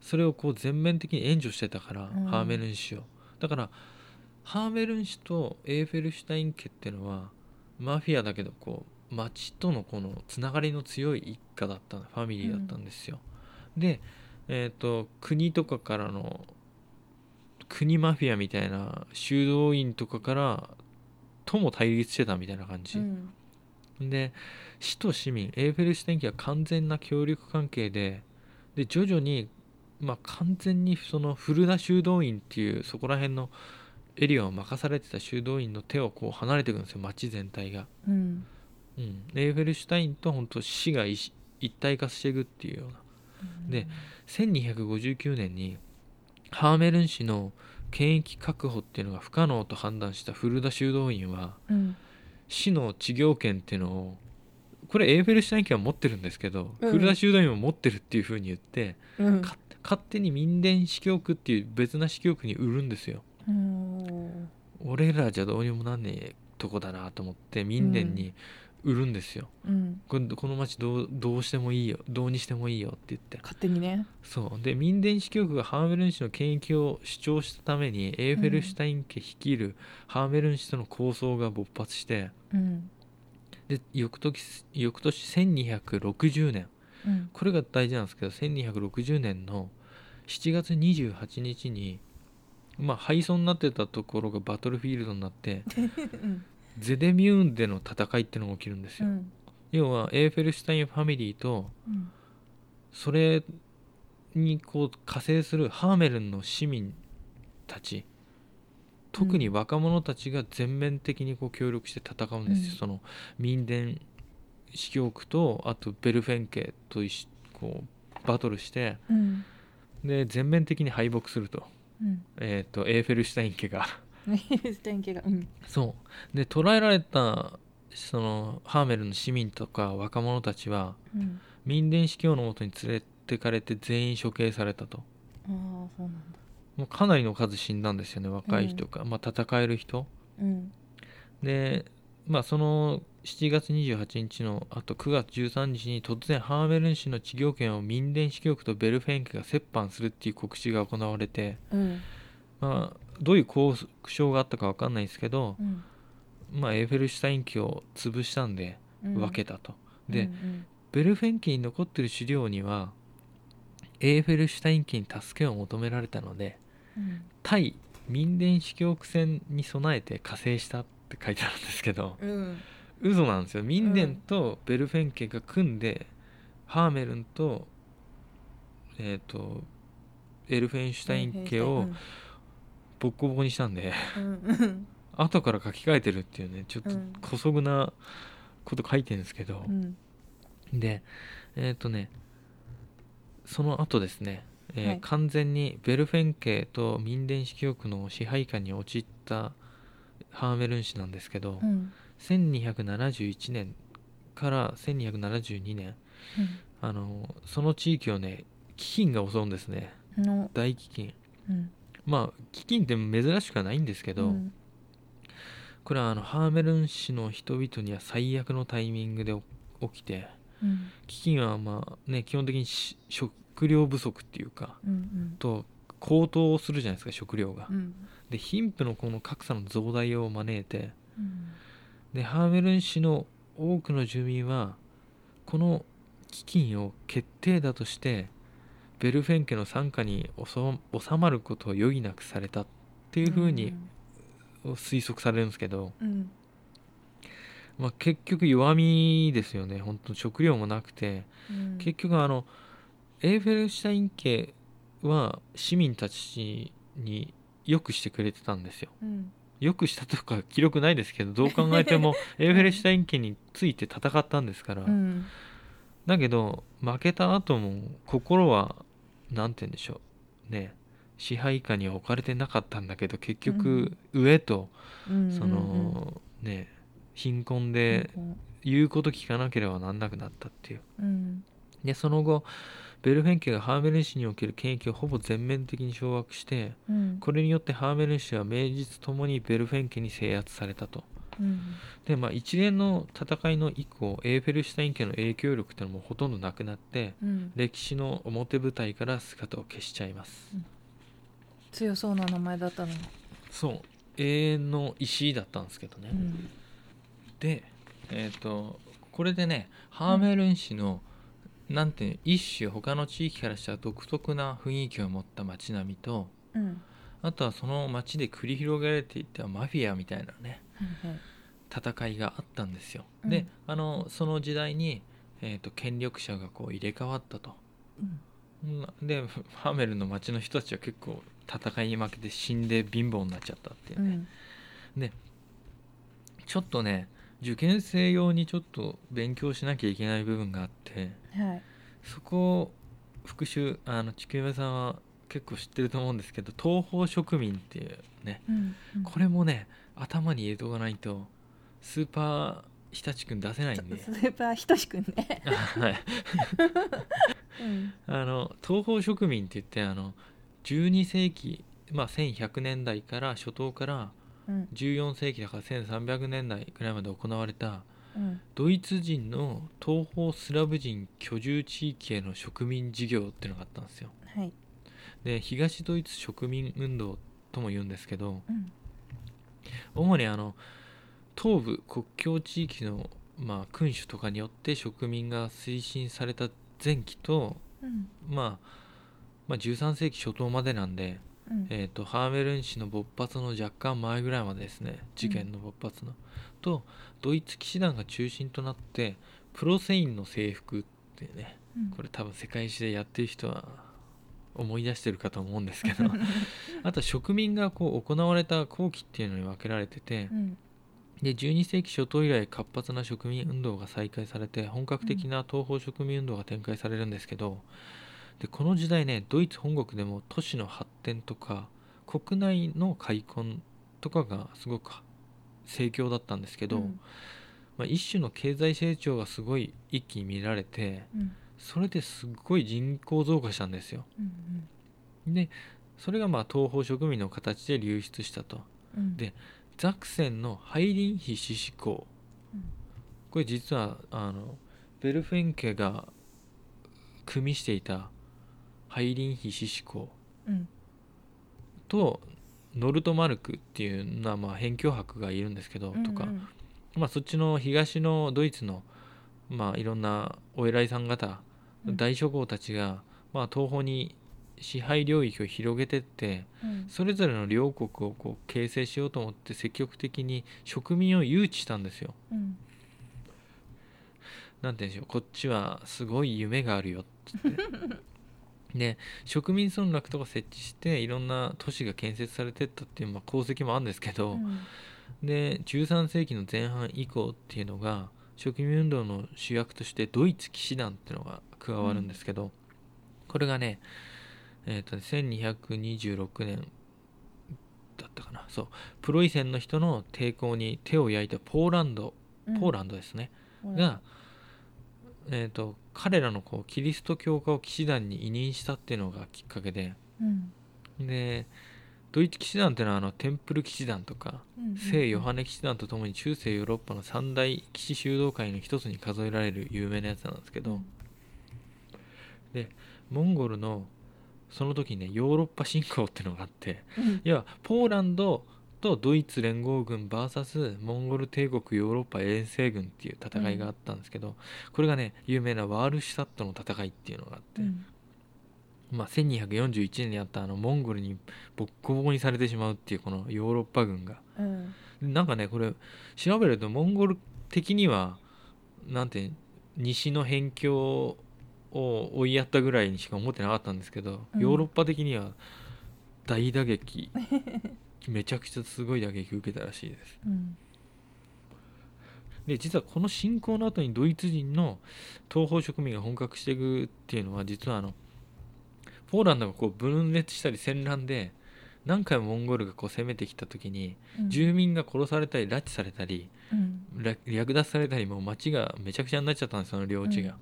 それをこう全面的に援助してたから、
うん
ハーメルン市をだからハーメルン市とエーフェルシュタイン家ってのはマフィアだけどこう町とのこのつながりの強い一家だったファミリーだったんですよ、でえっ、と国とかからの国マフィアみたいな修道院とかからとも対立してたみたいな感じ、
うん
で市と市民エーフェルシュタイン家は完全な協力関係でで徐々に、まあ、完全にそのフルダ修道院っていうそこら辺のエリアを任されてた修道院の手をこう離れていくんですよ町全体が、
うん
うん、エーフェルシュタインと本当市が一一体化していくっていうようなで1259年にハーメルン市の権益確保っていうのが不可能と判断したフルダ修道院は
うん
市の治療権っていうのをこれエーフェルシュタイン家は持ってるんですけど、
うん
フルダ修道院も持ってるっていうふうに言って、
うん
か勝手に民伝市教区っていう別な市教区に売るんですよ
うん
俺らじゃどうにもなんねえとこだなと思って民伝に売るんですよ、
うん
これこの町どうどうしてもいいよどうにしてもいいよって言って
勝手にね
そうで民伝市教区がハーメルン市の権益を主張したためにエーフェルシュタイン家率いるハーメルン市との抗争が勃発して、
うん
で翌時翌年1260年
うん
これが大事なんですけど1260年の7月28日にまあ敗走になってたところがバトルフィールドに
*laughs*
なって
うん
ゼデミューンでの戦いってのが起きるんです
う
よ、
ん
要はエーフェルシュタインファミリーと
うん
それにこう加勢するハーメルンの市民たち特に若者たちが全面的にこう協力して戦うんですよ、
うん
その民伝司教区とあとベルフェン家と一緒こうバトルして
うん
で全面的に敗北すると,、
うん
えー、とエーフェルシュタイン家が
ステン系がうん
そうで捕らえられたそのハーメルンの市民とか若者たちは
うん
民伝司教のもとに連れてかれて全員処刑されたと
ああそうなんだ
もうかなりの数死んだんですよね若い人か、まあ、戦える人
うん
で、まあ、その7月28日のあと9月13日に突然ハーメルン市の治療権を民伝市教区とベルフェン家が折半するっていう告知が行われて、
うん
まあ、どういう交渉があったか分かんないですけど、
うん
まあ、エーフェルシュタイン家を潰したんで
うん
分けたと、
う
で
ん
ベルフェン家に残ってる資料にはエーフェルシュタイン家に助けを求められたので
うん
対民伝司教区戦に備えて加勢したって書いてあるんですけど
うん
嘘なんですよ民伝とベルフェン家が組んで、ハーメルンとえっ、とエルフェンシュタイン家をボッコボコにしたんで、
うんうん
後から書き換えてるっていうねちょっと
うん
姑息なこと書いてるんですけど
う、ん
でえっ、とねその後ですね、えー
はい
完全にベルフェン家と民伝司教区の支配下に陥ったハーメルン市なんですけど、
うん
1271年から1272年あのその地域をね飢饉が襲うんですね
うんの
大飢饉
うん
まあ飢饉って珍しくはないんですけど、
うん
これはあのハーメルン市の人々には最悪のタイミングで起きて
うん
飢饉はまあね基本的にし食料不足っていうか
うん
と高騰するじゃないですか食料が、
うんうん
で貧富のこの格差の増大を招いて
うん
でハーメルン市の多くの住民はこの飢饉を決定打としてベルフェン家の傘下に収収まることを余儀なくされたっていうふうに推測されるんですけど、
うん
まあ、結局弱みですよね本当食料もなくて
うん
結局あのエーフェルシュタイン家は市民たちによくしてくれてたんですよ
うん
よくしたとか記録ないですけどどう考え
*laughs*
てもエーフェルシュタイン家について戦ったんですから、
うん
だけど負けた後も心は何て言うんでしょうね支配下には置かれてなかったんだけど結局上と、
うん
そのね貧困で言うこと聞かなければなんなくなったっていう
うん
でその後ベルフェン家がハーメルン市における権益をほぼ全面的に掌握して
うん
これによってハーメルン市は名実ともにベルフェン家に制圧されたと
うん
でまあ一連の戦いの以降エーフェルシュタイン家の影響力ってのもほとんどなくなって
うん
歴史の表舞台から姿を消しちゃいます、
うん強そうな名前だったのに
そう永遠の石だったんですけどね、
うん
でえっ、とこれでねハーメルン市の、なんていうの一種他の地域からしたら独特な雰囲気を持った街並みと
うん
あとはその街で繰り広げられていたマフィアみたいなね
はいはい
戦いがあったんですよ、
うん
であのその時代に、えー、と権力者がこう入れ替わったと
うん
うんでハーメルンの町の人たちは結構戦いに負けて死んで貧乏になっちゃったっていう
う
ね、
ん
ちょっとね受験生用にちょっと勉強しなきゃいけない部分があって
はい
そこを復習あの地球上さんは結構知ってると思うんですけど東方植民っていうね
うんうん
これもね頭に入れとかないとスーパー日立くん出せない
ちょ
ん
っと
で
スーパーひとしくんね
*laughs* はい
うん
あの東方植民って言ってあの12世紀、まあ、1100年代から初頭から
うん
14世紀だから1300年代くらいまで行われた
うん
ドイツ人の東方スラブ人居住地域への植民事業っていうのがあったんですよ。
はい
で東ドイツ植民運動とも言うんですけど
うん
主にあの東部国境地域の、まあ、君主とかによって植民が推進された前期と、
うん
まあ、まあ13世紀初頭までなんで、
うん
えー、とハーメルン市の勃発の若干前ぐらいまでですね事件の勃発の、とドイツ騎士団が中心となってプロセインの制服っていうね
うん
これ多分世界史でやってる人は思い出してるかと思うんですけどあと植民がこう行われた後期っていうのに分けられてて
うん
で12世紀初頭以来活発な植民運動が再開されて本格的な東方植民運動が展開されるんですけどでこの時代ねドイツ本国でも都市の発展とか国内の開墾とかがすごく盛況だったんですけ
う
ど、
ん
まあ、一種の経済成長がすごい一気に見られて
うん
それですっごい人口増加したんですよ。
うん
でそれがまあ東方植民の形で流出したと。
うん
でザクセンのハイリンヒシシコ
うん
これ実はあのベルフェン家が組みしていたハイリンヒシシコ
うん
とノルトマルクっていうのはまあ辺境伯がいるんですけど、とか
う、ん
まあ、そっちの東のドイツの、まあ、いろんなお偉いさん方
うん
大諸侯たちが、まあ、東方に支配領域を広げてって、
うん
それぞれの両国をこう形成しようと思って積極的に植民を誘致したんですよ。
うん
なんて言うんでしょうこっちはすごい夢があるよっつって。で植民村落とか設置していろんな都市が建設されてったっていう、まあ、功績もあるんですけど、
うん
で13世紀の前半以降っていうのが植民運動の主役としてドイツ騎士団っていうのが加わるんですけど、これがね,、えー、とね1226年だったかなそうプロイセンの人の抵抗に手を焼いたポーランド
うん
ポーランドですね、
ほら
が、えー、と彼らのこうキリスト教化を騎士団に委任したっていうのがきっかけで
うん
でドイツ騎士団っていうのはあのテンプル騎士団とか
うん
聖ヨハネ騎士団とともに中世ヨーロッパの三大騎士修道会の一つに数えられる有名なやつなんですけど、モンゴルのその時にねヨーロッパ侵攻ってのがあって
うん
いやポーランドとドイツ連合軍 VS モンゴル帝国ヨーロッパ遠征軍っていう戦いがあったんですけど、これがね有名なワールシュタットの戦いっていうのがあって、
うん
まあ、1241年にあったあのモンゴルにボッコボコにされてしまうっていうこのヨーロッパ軍が
うん
なんかねこれ調べるとモンゴル的にはなんて西の辺境を追いやったぐらいにしか思ってなかったんですけど、
うん
ヨーロッパ的には大
*laughs*
打撃めちゃくちゃすごい打撃受けたらしいです
うん
で実はこの侵攻の後にドイツ人の東方植民が本格していくっていうのは実はあのポーランドがこう分裂したり戦乱で何回もモンゴルがこう攻めてきた時に
うん
住民が殺されたり拉致されたり
うん
略略奪されたりもう町がめちゃくちゃになっちゃったんですよその領地が、
うん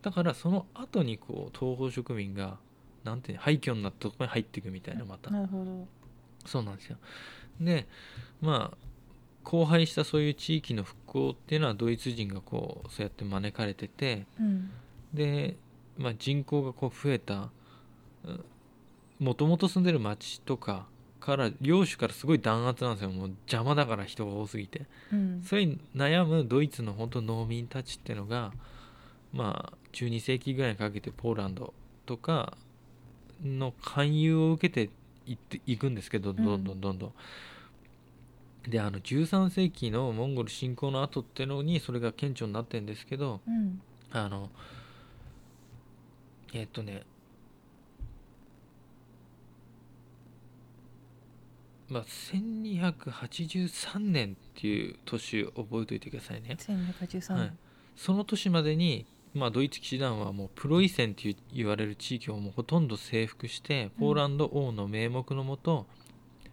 だからその後にこう東方植民がなんていうの廃墟になったところに入っていくみたいなまた
なるほど
そうなんですよでまあ荒廃したそういう地域の復興っていうのはドイツ人がこうそうやって招かれてて
うん
で、まあ、人口がこう増えたもともと住んでる町とかから領主からすごい弾圧なんですよもう邪魔だから人が多すぎて
うん
それに悩むドイツの本当農民たちってのがまあ12世紀ぐらいにかけてポーランドとかの勧誘を受けていっていくんですけど
ん
どんどんどんどん。であの13世紀のモンゴル侵攻の後ってのにそれが顕著になってんですけど
うん
あのえっとねまあ1283年っていう年を覚えておいてくださいね。
1213
はいその年までに、まあ、ドイツ騎士団はもうプロイセンという言われる地域をもうほとんど征服してポーランド王の名目のもと、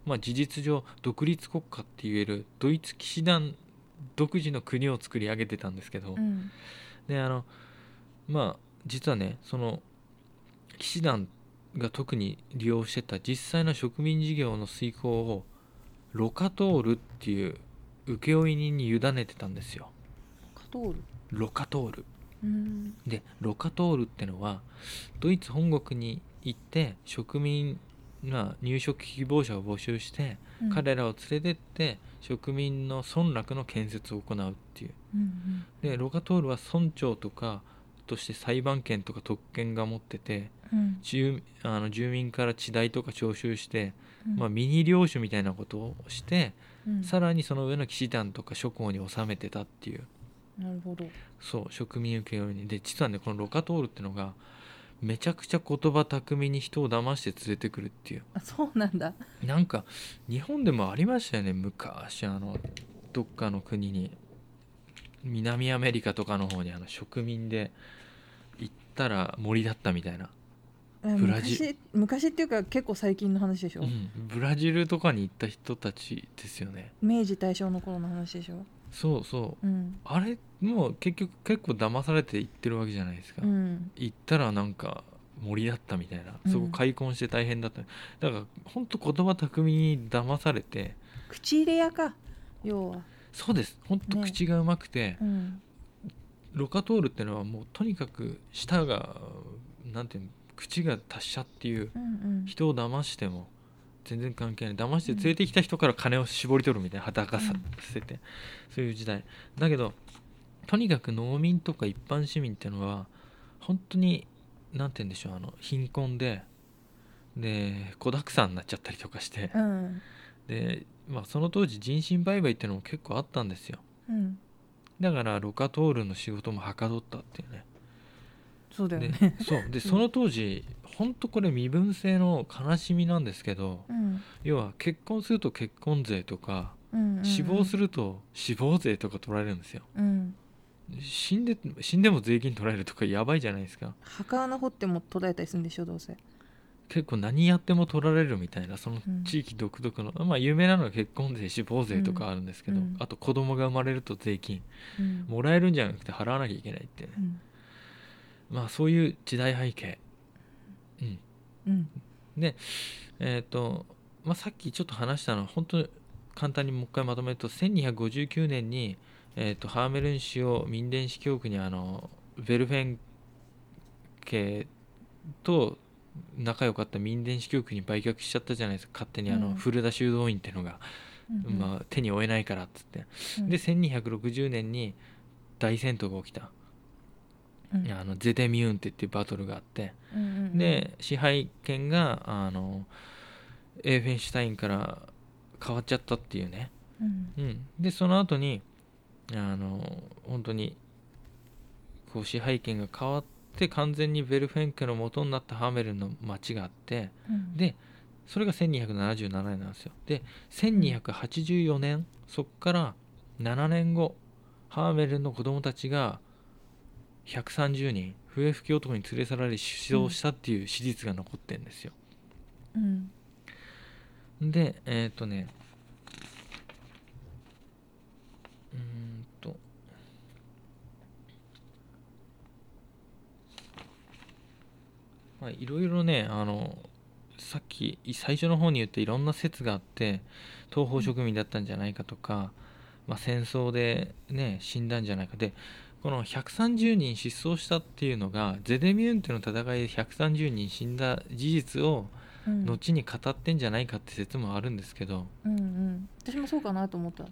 まあ、事実上独立国家って言えるドイツ騎士団独自の国を作り上げてたんですけど、
うん
であのまあ実はねその騎士団が特に利用してた実際の植民事業の遂行をロカトールっていう請負人に委ねてたんですよ
カトール
ロカトール
うん
でロカトールってのはドイツ本国に行って植民が入植希望者を募集して、
うん
彼らを連れてって植民の村落の建設を行うっていう
うん
でロカトールは村長とかとして裁判権とか特権が持ってて
うん
住あの住民から地代とか徴収して、
うん
まあ、ミニ領主みたいなことをして、
うん
さらにその上の騎士団とか諸侯に納めてたっていう
なるほど
そう植民受け負いにで実はねこのロカトールってのがめちゃくちゃ言葉巧みに人を騙して連れてくるっていう
あそうなんだ
なんか日本でもありましたよね昔あのどっかの国に南アメリカとかの方にあの植民で行ったら森だったみたいな、ブラジ
昔昔っていうか結構最近の話でしょ、
うんブラジルとかに行った人たちですよね
明治大正の頃の話でしょ
そうそう
うん
あれもう結局結構騙されて行ってるわけじゃないですか、
うん
行ったらなんか森だったみたいな
うん
そこ開墾して大変だった、だからほんと言葉巧みに騙されて
口入れ屋か要は
そうですほんと
ね
口がうまくて、
うん
ロカトールってのはもうとにかく舌がなんていうの口が達者っていう
うんうん
人を騙しても全然関係ない騙して連れてきた人から金を絞り取るみたいな働かさ
うん
せて、そういう時代だけどとにかく農民とか一般市民ってのは本当になんて言うんでしょうあの貧困でで子だくさんになっちゃったりとかして
うん
で、まあ、その当時人身売買っていうのも結構あったんですよ
うん
だからロカトールの仕事もはかどったっていうね
そうだよ
で
ね
そうでその当時本当これ身分制の悲しみなんですけど
うん
要は結婚すると結婚税とか
うんうん
死亡す
る
ると死亡税とか取られるんですよ
うん
死んで死んでも税金取られるとかやばいじゃないですか
墓穴掘っても途絶えたりするんでしょどうせ
結構何やっても取られるみたいなその
うん
地域独特の、まあ有名なのは結婚税死亡税とかあるんですけど、
うんうん
あと子供が生まれると税金
うん
もらえるんじゃなくて払わなきゃいけないってね、
うん
まあそういう時代背景
うん
えっ、と、まあ、さっきちょっと話したのは本当に簡単にもう一回まとめると1259年に、えー、とハーメルン市を民伝市教区にあのベルフェン家と仲良かった民伝市教区に売却しちゃったじゃないですか勝手にあの、
うん
古田修道院っていうのが、
うん
まあ、手に負えないからっつって、
うん
で1260年に大戦闘が起きた、
うん
あのゼデミューンテっていうバトルがあって、
うんうん
で支配権があのエーフェンシュタインから変わっちゃったっていうね、
うん
うん、でその後にあの本当にこう支配権が変わって完全にベルフェンケの元になったハメルンの町があって
うん
でそれが1277年なんですよで1284年そっから7年後ハーメルンの子供たちが130人笛吹き男に連れ去られ死傷したっていう史実が残ってんですよ
うん
でえっ、とねうーんとまあいろいろねあのさっき最初の方に言っていろんな説があって東方植民だったんじゃないかとか、まあ、戦争でね死んだんじゃないかでこの130人失踪したっていうのがゼデミュンテの戦いで130人死んだ事実を
うん
後に語ってんじゃないかって説もあるんですけど、
うんうん私もそうかなと思った、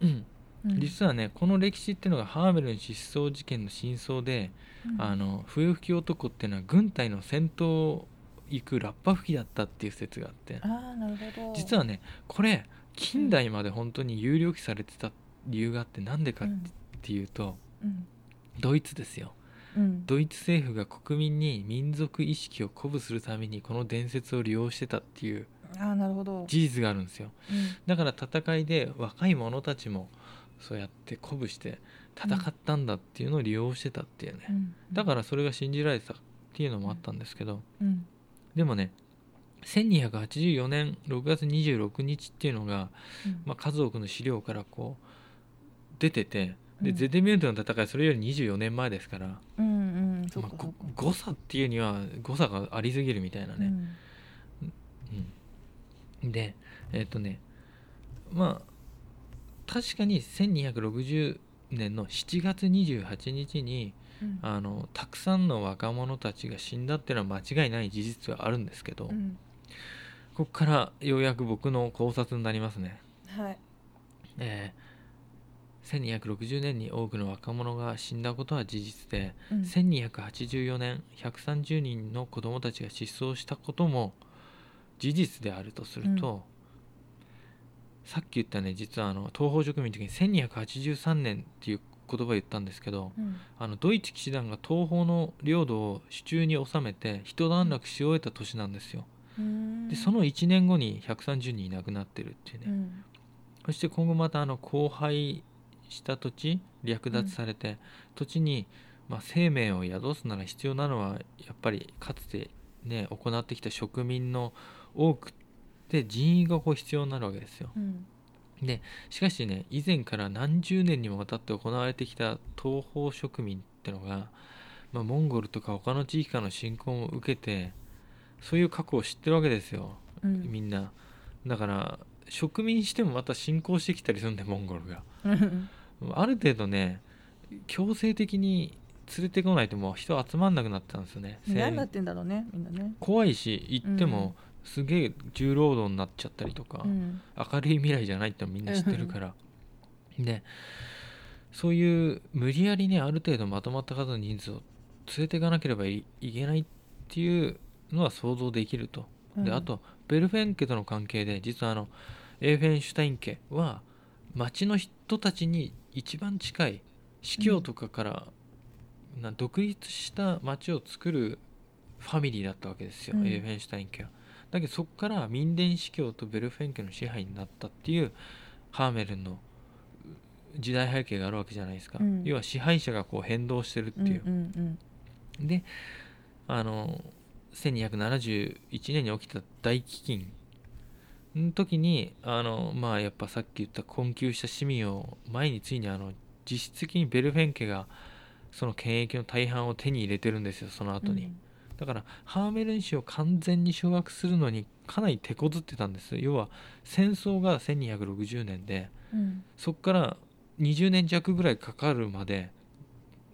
うん
うん、
実はねこの歴史っていうのがハーメルン失踪事件の真相で、
うん
あの笛吹き男っていうのは軍隊の戦闘を行くラッパ吹きだったっていう説があって
あーなるほど
実はねこれ近代まで本当に有料期されてた理由があってなんでか
う
っ
ん
ていうと、
うん
ドイツですよ
うん
ドイツ政府が国民に民族意識を鼓舞するためにこの伝説を利用してたっていう
あーなるほど、
事実があるんですよ
うん
だから戦いで若い者たちもそうやって鼓舞して戦ったんだっていうのを利用してたっていうね、
うん、、
だかららそれが信じられてたっていうのもあったんですけど、
うん
でもね1284年6月26日っていうのが、
うん
まあ、数多くの資料からこう出ててで、
うん
ゼデミュートの戦いそれより24年前ですから、
うんうんそう
ま
か
あ、
そう
ご
か、
誤差っていうには誤差がありすぎるみたいなね、うんでえっ、とねまあ確かに1260年の7月28日に
うんうん
あのたくさんの若者たちが死んだっていうのは間違いない事実はあるんですけど、
うん
ここからようやく僕の考察になりますね。
はい
えー1260年に多くの若者が死んだことは事実で、
うん
1284年130人の子供たちが失踪したことも事実であるとすると、さっき言ったね実はあの東方植民の時に1283年っていう言葉を言ったんですけど
うん
あのドイツ騎士団が東方の領土を手中に収めて一段落し終えた年なんですよ。
うーん
でその1年後に130人いなくなってるっていうね。
うん
そして今後またあの荒廃した土地略奪されて、土地に、まあ、生命を宿すなら必要なのはやっぱりかつてね行ってきた植民の多くて人員がこう必要になるわけですよ
うん
しかしね以前から何十年にもわたって行われてきた東方植民ってのが、まあ、モンゴルとか他の地域からの侵攻を受けてそういう過去を知ってるわけですよ
うん
みんなだから植民してもまた侵攻してきたりするんでモンゴルが
うん
ある程度ね強制的に連れてこないともう人集まんなくなったんですよねせん
何になってんだろうねみんなね
怖いし行ってもすげえ重労働になっちゃったりとか、
うん
明るい未来じゃないってのみんな知ってるからねそういう無理やりねある程度まとまった数の人数を連れていかなければいいけないっていうのは想像できるとであとベルフェン家との関係で実はあのエーフェンシュタイン家は町の人たちに一番近い司教とかから、な独立した町を作るファミリーだったわけですよ、
うん
エーフェンシュタイン家は。だけどそこから民伝司教とベルフェン家の支配になったっていうハーメルンの時代背景があるわけじゃないですか、
うん
要は支配者がこう変動してるっていう、
うんうん
であの1271年に起きた大飢饉の時にあのまあやっぱさっき言った困窮した市民を前についにあの実質的にベルフェン家がその権益の大半を手に入れてるんですよその
うん
後に、だからハーメルン氏を完全に掌握するのにかなり手こずってたんです要は戦争が1260年で
うん
そこから20年弱ぐらいかかるまで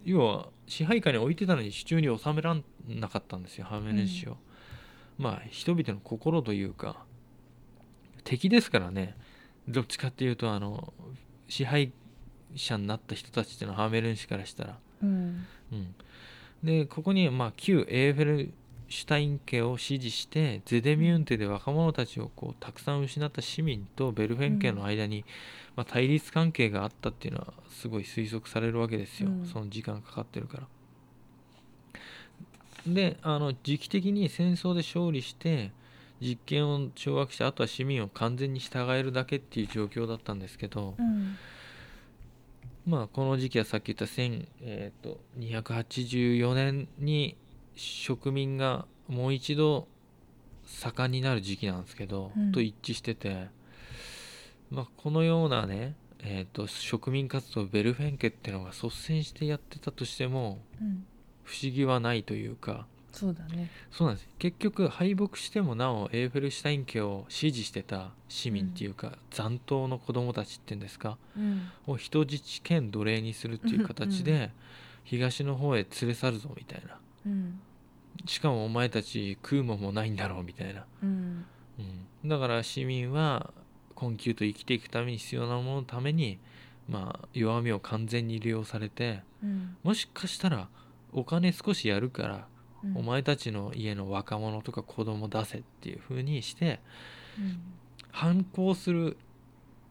要は支配下に置いてたのに手中に収めらんなかったんですよハーメルン氏を、まあ人々の心というか敵ですからねどっちかっていうとあの支配者になった人たちっていうのはハーメルン氏からしたら
うん
うん、でここにまあ旧エーフェルシュタイン家を支持してゼデミュンテで若者たちをこうたくさん失った市民とベルフェン家の間に、まあ、対立関係があったっていうのはすごい推測されるわけですよ、
うん
その時間かかってるから。であの時期的に戦争で勝利して実権を掌握してあとは市民を完全に従えるだけっていう状況だったんですけど、
うん
まあこの時期はさっき言った1000えーと284年に植民がもう一度盛んになる時期なんですけど、
うん
と一致してて、まあ、このようなね、えー、と植民活動ベルフェンケってのが率先してやってたとしても
うん
不思議はないというか
そうだね
そうなんです結局敗北してもなおエーフェルシュタイン家を支持してた市民っていうか、残党の子供たちっていうんですか
うん
を人質兼奴隷にするっていう形
うん
で東の方へ連れ去るぞみたいな
うん
しかもお前たち食うもんもないんだろうみたいな、
うん
うん、だから市民は困窮と生きていくために必要なもののためにまあ弱みを完全に利用されて
うん
もしかしたらお金少しやるから
うん
お前たちの家の若者とか子供出せっていう風にして
うん
反抗する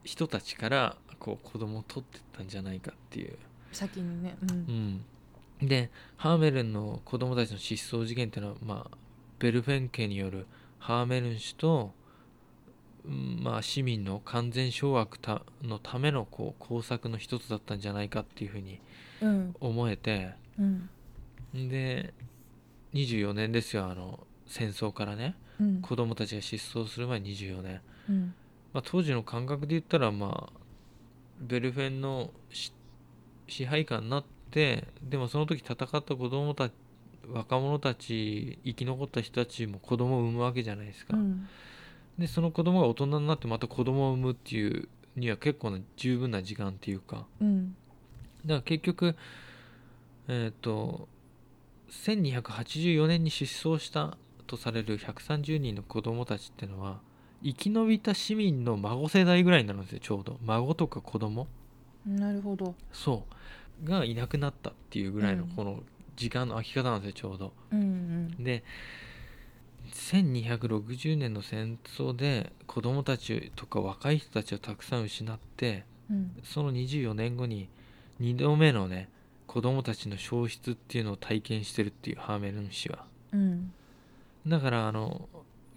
人たちからこう子供を取ってったんじゃないかっていう
先にねうん
うん、でハーメルンの子供たちの失踪事件っていうのは、まあ、ベルフェン家によるハーメルン氏と、うんまあ、市民の完全掌握たのためのこう工作の一つだったんじゃないかっていうふうに
うん
思えて
うん
で24年ですよあの戦争からね
うん
子供たちが失踪する前24年、
うん
まあ、当時の感覚で言ったらまあベルフェンのし支配下になってでもその時戦った子供たち若者たち生き残った人たちも子供を産むわけじゃないですか、
うん
でその子供が大人になってまた子供を産むっていうには結構な十分な時間っていうか
うん
だから結局えっ、と1284年に失踪したとされる130人の子供たちってのは生き延びた市民の孫世代ぐらいになるんですよちょうど孫とか子供
なるほど
そうがいなくなったっていうぐらいの
うん
この時間の空き方なんですよちょうど
うん
で1260年の戦争で子供たちとか若い人たちをたくさん失って
うんうん
その24年後に2度目のね子供たちの消失っていうのを体験してるっていうハーメルン氏は
うん
だからあの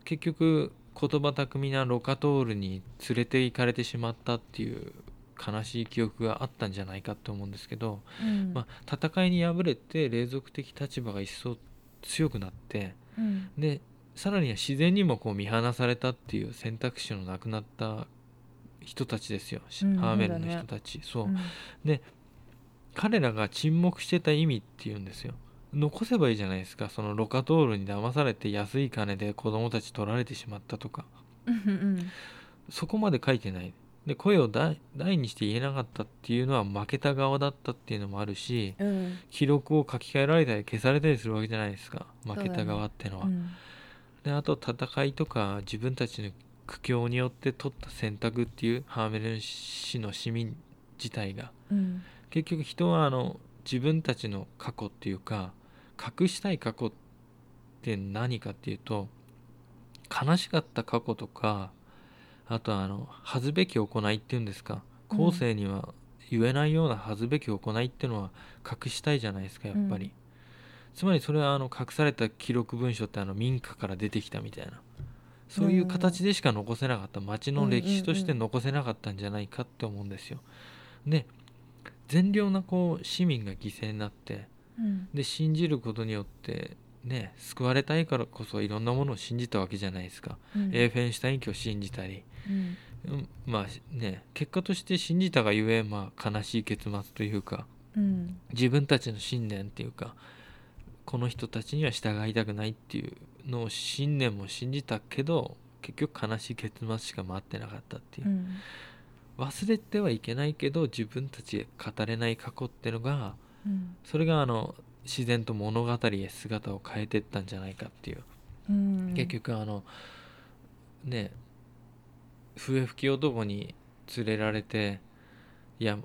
結局言葉巧みなロカトールに連れて行かれてしまったっていう悲しい記憶があったんじゃないかと思うんですけど、
うん
まあ、戦いに敗れて霊俗的立場が一層強くなって
うん
でさらには自然にもこう見放されたっていう選択肢のなくなった人たちですよ、
うん
ハーメルンの
そうだね
人たちそう、
うん
彼らが沈黙してた意味っていうんですよ残せばいいじゃないですかそのロカトールに騙されて安い金で子供たち取られてしまったとか
うん
そこまで書いてないで声を大大にして言えなかったっていうのは負けた側だったっていうのもあるし
うんうん
記録を書き換えられたり消されたりするわけじゃないですか負けた側ってのは、
うん
であと戦いとか自分たちの苦境によって取った選択っていうハーメルン市の市民自体が
うん
結局人はあの自分たちの過去っていうか隠したい過去って何かっていうと悲しかった過去とかあとはあの恥ずべき行いっていうんですか
うん
後世には言えないような恥ずべき行いっていうのは隠したいじゃないですかやっぱり、
うん
つまりそれはあの隠された記録文書ってあの民家から出てきたみたいなそういう形でしか残せなかった町の歴史として残せなかったんじゃないかって思うんですよ。で善良なこう市民が犠牲になって
うん
で信じることによってね救われたいからこそいろんなものを信じたわけじゃないですか、
うん
エーフェンシュタイン家を信じたり、
うん
うん、まあね結果として信じたがゆえ、まあ、悲しい結末というか
うん
自分たちの信念っていうかこの人たちには従いたくないっていうのを信念も信じたけど結局悲しい結末しか待ってなかったっていう
う、ん
忘れてはいけないけど自分たちが語れない過去ってのが
うん
それがあの自然と物語へ姿を変えてったんじゃないかっていう、
うん
結局あのね笛吹き男に連れられてや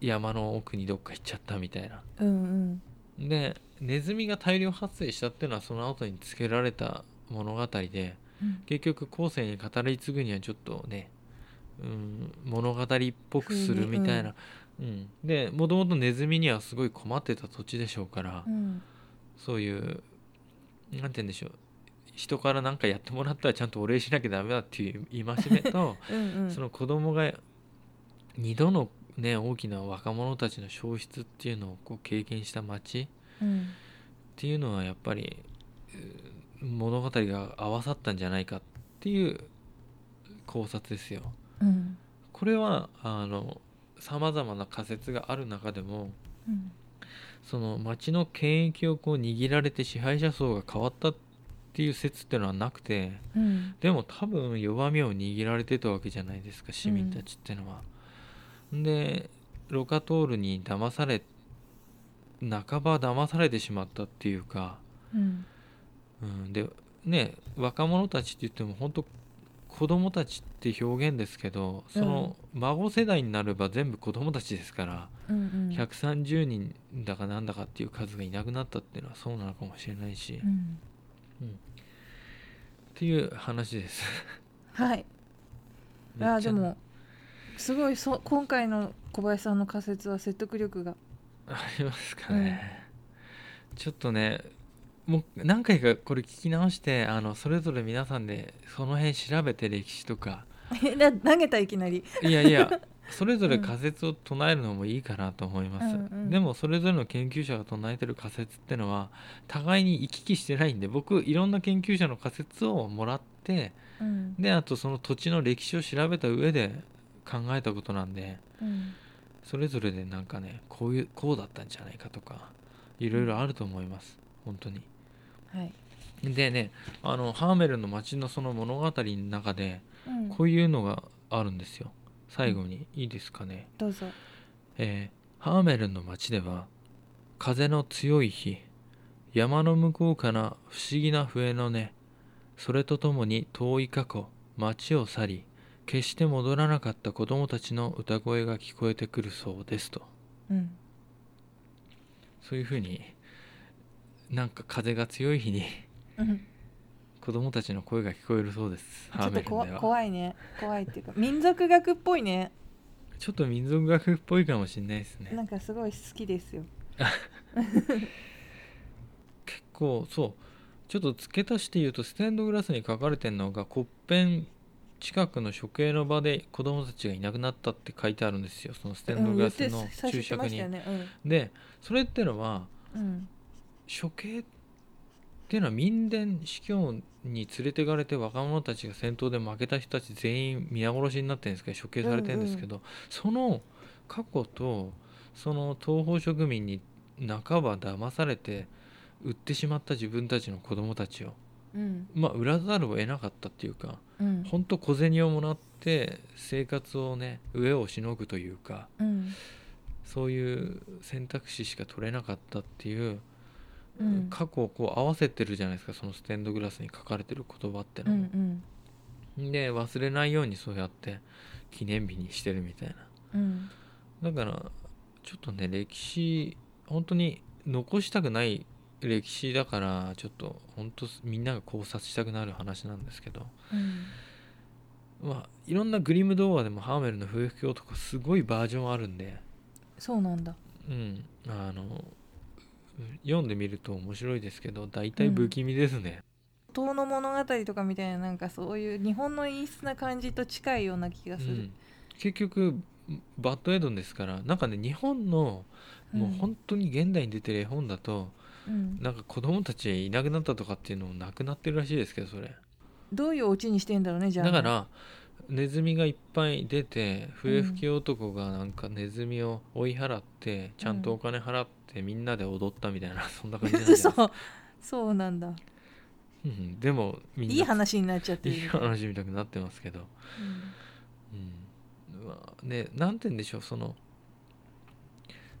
山の奥にどっか行っちゃったみたいな
うん
でネズミが大量発生したっていうのはその後につけられた物語で
うん
結局後世に語り継ぐにはちょっとね、うん、物語っぽくするみたいな、うんでもともとネズミにはすごい困ってた土地でしょうから、
うん
そういうなんて言うんでしょう人から何かやってもらったらちゃんとお礼しなきゃダメだっていう戒め *laughs* と、
うんうん
その子供が2度の、ね、大きな若者たちの消失っていうのをこう経験した町、
うん
っていうのはやっぱりうー物語が合わさったんじゃないかっていう考察ですよ。
うん
これはあのさまざまな仮説がある中でも
うん
その町の権益をこう握られて支配者層が変わったっていう説っていうのはなくて
うん
でも多分弱みを握られてたわけじゃないですか市民たちってのは。でロカトールに騙され半ば騙されてしまったっていうか。
うん
うん、でね若者たちって言っても本当子供たちって表現ですけどその孫世代になれば全部子供たちですから、
うん
130人だかなんだかっていう数がいなくなったっていうのはそうなのかもしれないし、
う
っ
ん
ていう話
*laughs*
です。
はいいや
めっち
で
ゃ
もすごいそ今回の小林さんの仮説は説得力が
ありますかね、ちょっとねもう何回かこれ聞き直してあのそれぞれ皆さんでその辺調べて歴史とか
えな投げたいきなり
いやいや
*laughs*
それぞれ仮説を唱えるのもいいかなと思います、
うんうん
でもそれぞれの研究者が唱えてる仮説ってのは互いに行き来してないんで僕いろんな研究者の仮説をもらって
うん
であとその土地の歴史を調べた上で考えたことなんで
うん
それぞれでなんかねこういうこうだったんじゃないかとかいろいろあると思います本当に
はい
でねあのハーメルの町のその物語の中で
うん
こういうのがあるんですよ最後にいいですかね、
どうぞ
えーハーメルンの町では風の強い日山の向こうから不思議な笛の音それとともに遠い過去町を去り決して戻らなかった子供たちの歌声が聞こえてくるそうですと
うん
そういうふうになんか風が強い日に
うん
子供たちの声が聞こえるそうです
ちょ
ハー
っ
メ
と
ルン
こ
では
怖いね怖いっていうか民族学っぽいね
ちょっと民族学っぽいかもしれないですね
なんかすごい好きですよ
結構そうちょっと付け足して言うとステンドグラスに書かれてるのがコッペン近くの処刑の場で子供たちがいなくなったって書いてあるんですよそのステンドグラスの注釈に。
うん言って最初言ってましたよね
でそれってのは
うん
処刑っていうのは民伝司教に連れてかれて若者たちが戦闘で負けた人たち全員皆殺しになってるんですけど処刑されてるんですけど、その過去とその東方植民に半ば騙されて売ってしまった自分たちの子供たちを
うん
まあ売らざるを得なかったっていうか
うん
ほんと小銭をもらって生活をね飢えをしのぐというか
うん
そういう選択肢しか取れなかったっていう
うん
過去をこう合わせてるじゃないですかそのステンドグラスに書かれてる言葉って
う
のも、
ん
で忘れないようにそうやって記念日にしてるみたいな
うんうん
だからちょっとね歴史本当に残したくない歴史だからちょっと本当みんなが考察したくなる話なんですけど
うん
まあいろんなグリム童話でもハーメルの笛吹き男すごいバージョンあるんで
そうなんだ
うんあの読んでみると面白いですけど大体不気味ですね、
遠の物語とかみたいななんかそういう日本の陰湿な感じと近いような気がす
う
る
ん、結局バッドエイドンですからなんかね日本のもう本当に現代に出てる絵本だと、
うん
なんか子供たちいなくなったとかっていうのもなくなってるらしいですけどそれ
どういうオチにしてんだろうねじゃあ
だ
ね
からネズミがいっぱい出て笛吹き男がなんかネズミを追い払って、ちゃんとお金払ってみんなで踊ったみたいなそんな感じなんじゃないで
*laughs*
す
嘘
か、
そうなんだ
うん、でもみんない
い話になっちゃって
い
る
い話みたくなってますけどうん、まあねなんて言うんでしょうその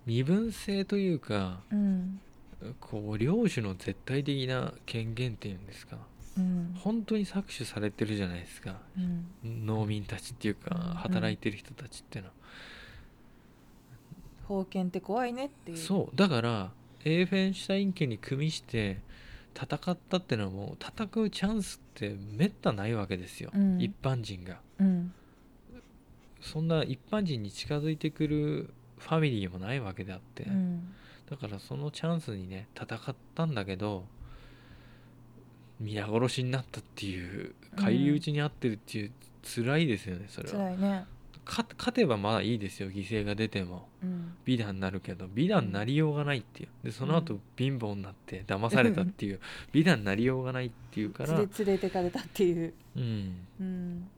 身分制というか
うん
こう領主の絶対的な権限っていうんですか
うん
本当に搾取されてるじゃないですか
うん
農民たちっていうか
うん
働いてる人たちっていうのは、
封建って怖いねっていう
そうだからエーフェンシュタイン家に組みして戦ったってのはもう戦うチャンスってめったないわけですよ、
うん
一般人が
うん
そんな一般人に近づいてくるファミリーもないわけであって、
うん
だからそのチャンスにね戦ったんだけど皆殺しになったっていう返り討ちにあってるっていう、辛いですよねそれは
辛いね
か勝てばまだいいですよ犠牲が出ても
うん
美談になるけど美談になりようがないっていうでその後、
うん
貧乏になって騙され
*laughs*
たっていう美談になりようがないっていうから
連れ連れてかれたっていう
うん
うん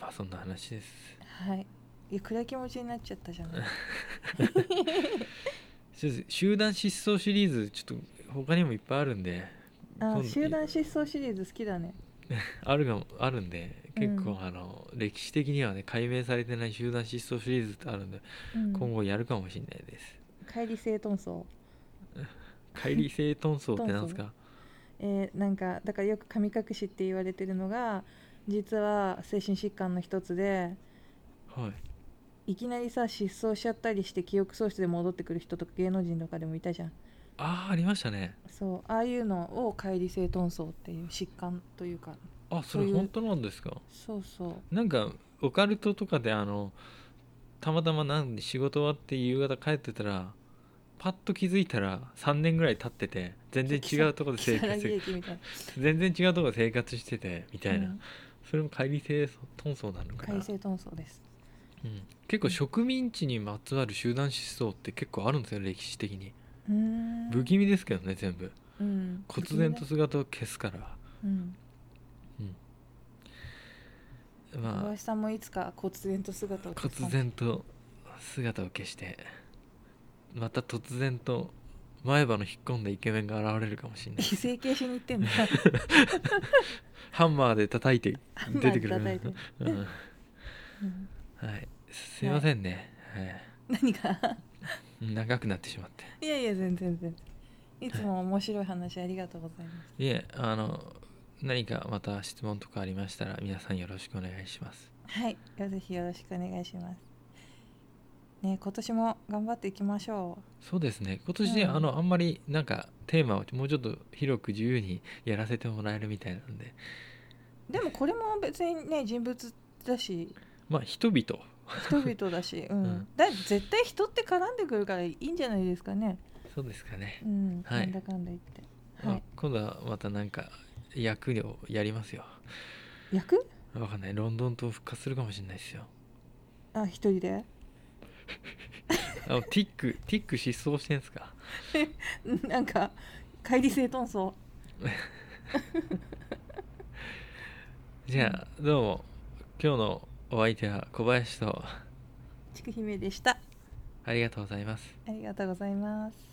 まあそんな話です
はいいや暗い気持ちになっちゃったじゃない
そうです集団失踪シリーズちょっと他にもいっぱいあるんで *laughs* 今
あ
度
集団失踪シリーズ好きだね
あるがもあるんで結構、
うん
あの歴史的にはね解明されてない集団失踪シリーズってあるんで、
うん
今後やるかもしれな
*laughs*
いです
帰り整頓層
解離性遁走ってなんですか
えーなんかだからよく神隠しって言われてるのが実は精神疾患の一つで
はい
いきなりさ失踪しちゃったりして記憶喪失で戻ってくる人とか芸能人とかでもいたじゃん
ああありましたね
そうああいうのを乖離性遁走っていう疾患というか
あそ
そう
れ
いう
本当なんですか
そうそう
なんかオカルトとかであのたまたまなん仕事終わって夕方帰ってたらパッと気づいたら3年ぐらい経ってて全然違うところで
*laughs*
生
木更木
活
更木駅みたいな
全然違うところで生活しててみたいな、
うん
それも解離性遁走なのか
乖
な
離性遁走です
うん結構植民地にまつわる集団思想って結構あるんですよ歴史的に
うーん
不気味ですけどね全部
うん
忽然と姿を消すから、
うん小
ま
林さんもいつか忽然と姿を
あ
消すか
忽
も
然と姿を消してまた突然と前歯の引っ込んだイケメンが現れるかもし
*laughs*
れない
異性形しに行 *laughs* ってんだ
ハンマーで叩いて
ハンマーで
出てくる、
叩いて
うん
うん
はい、すいませんね、はい
何か
長くなってしまって
*laughs* いやいや全然全然いつも面白い話ありがとうございます
いえあの何かまた質問とかありましたら皆さんよろしくお願いします
はい、ぜひよろしくお願いします。ね、今年も頑張っていきましょ
そうですね今年ね、
うん
あのあんまりなんかテーマをもうちょっと広く自由にやらせてもらえるみたいなんで
う。でもこれも別にね人物だし
まあ人々
人々だ *laughs* し、うん、
うん
だ絶対人って絡んでくるからいいんじゃないですかね。
そうですかね
う、ん、
はい
なんだかんだ言って。
ま
は
あ今度はまたなんか役をやりますよ
い。役？
わかんないロンドン島復活するかもしれないですよ
あ、一人で？ *laughs*
あのティックティック失踪してんすか
うんなんか乖離性遁走。
じゃあどうも今日のお相手は小林と
ちくひめでした。
ありがとうございます
ありがとうございます。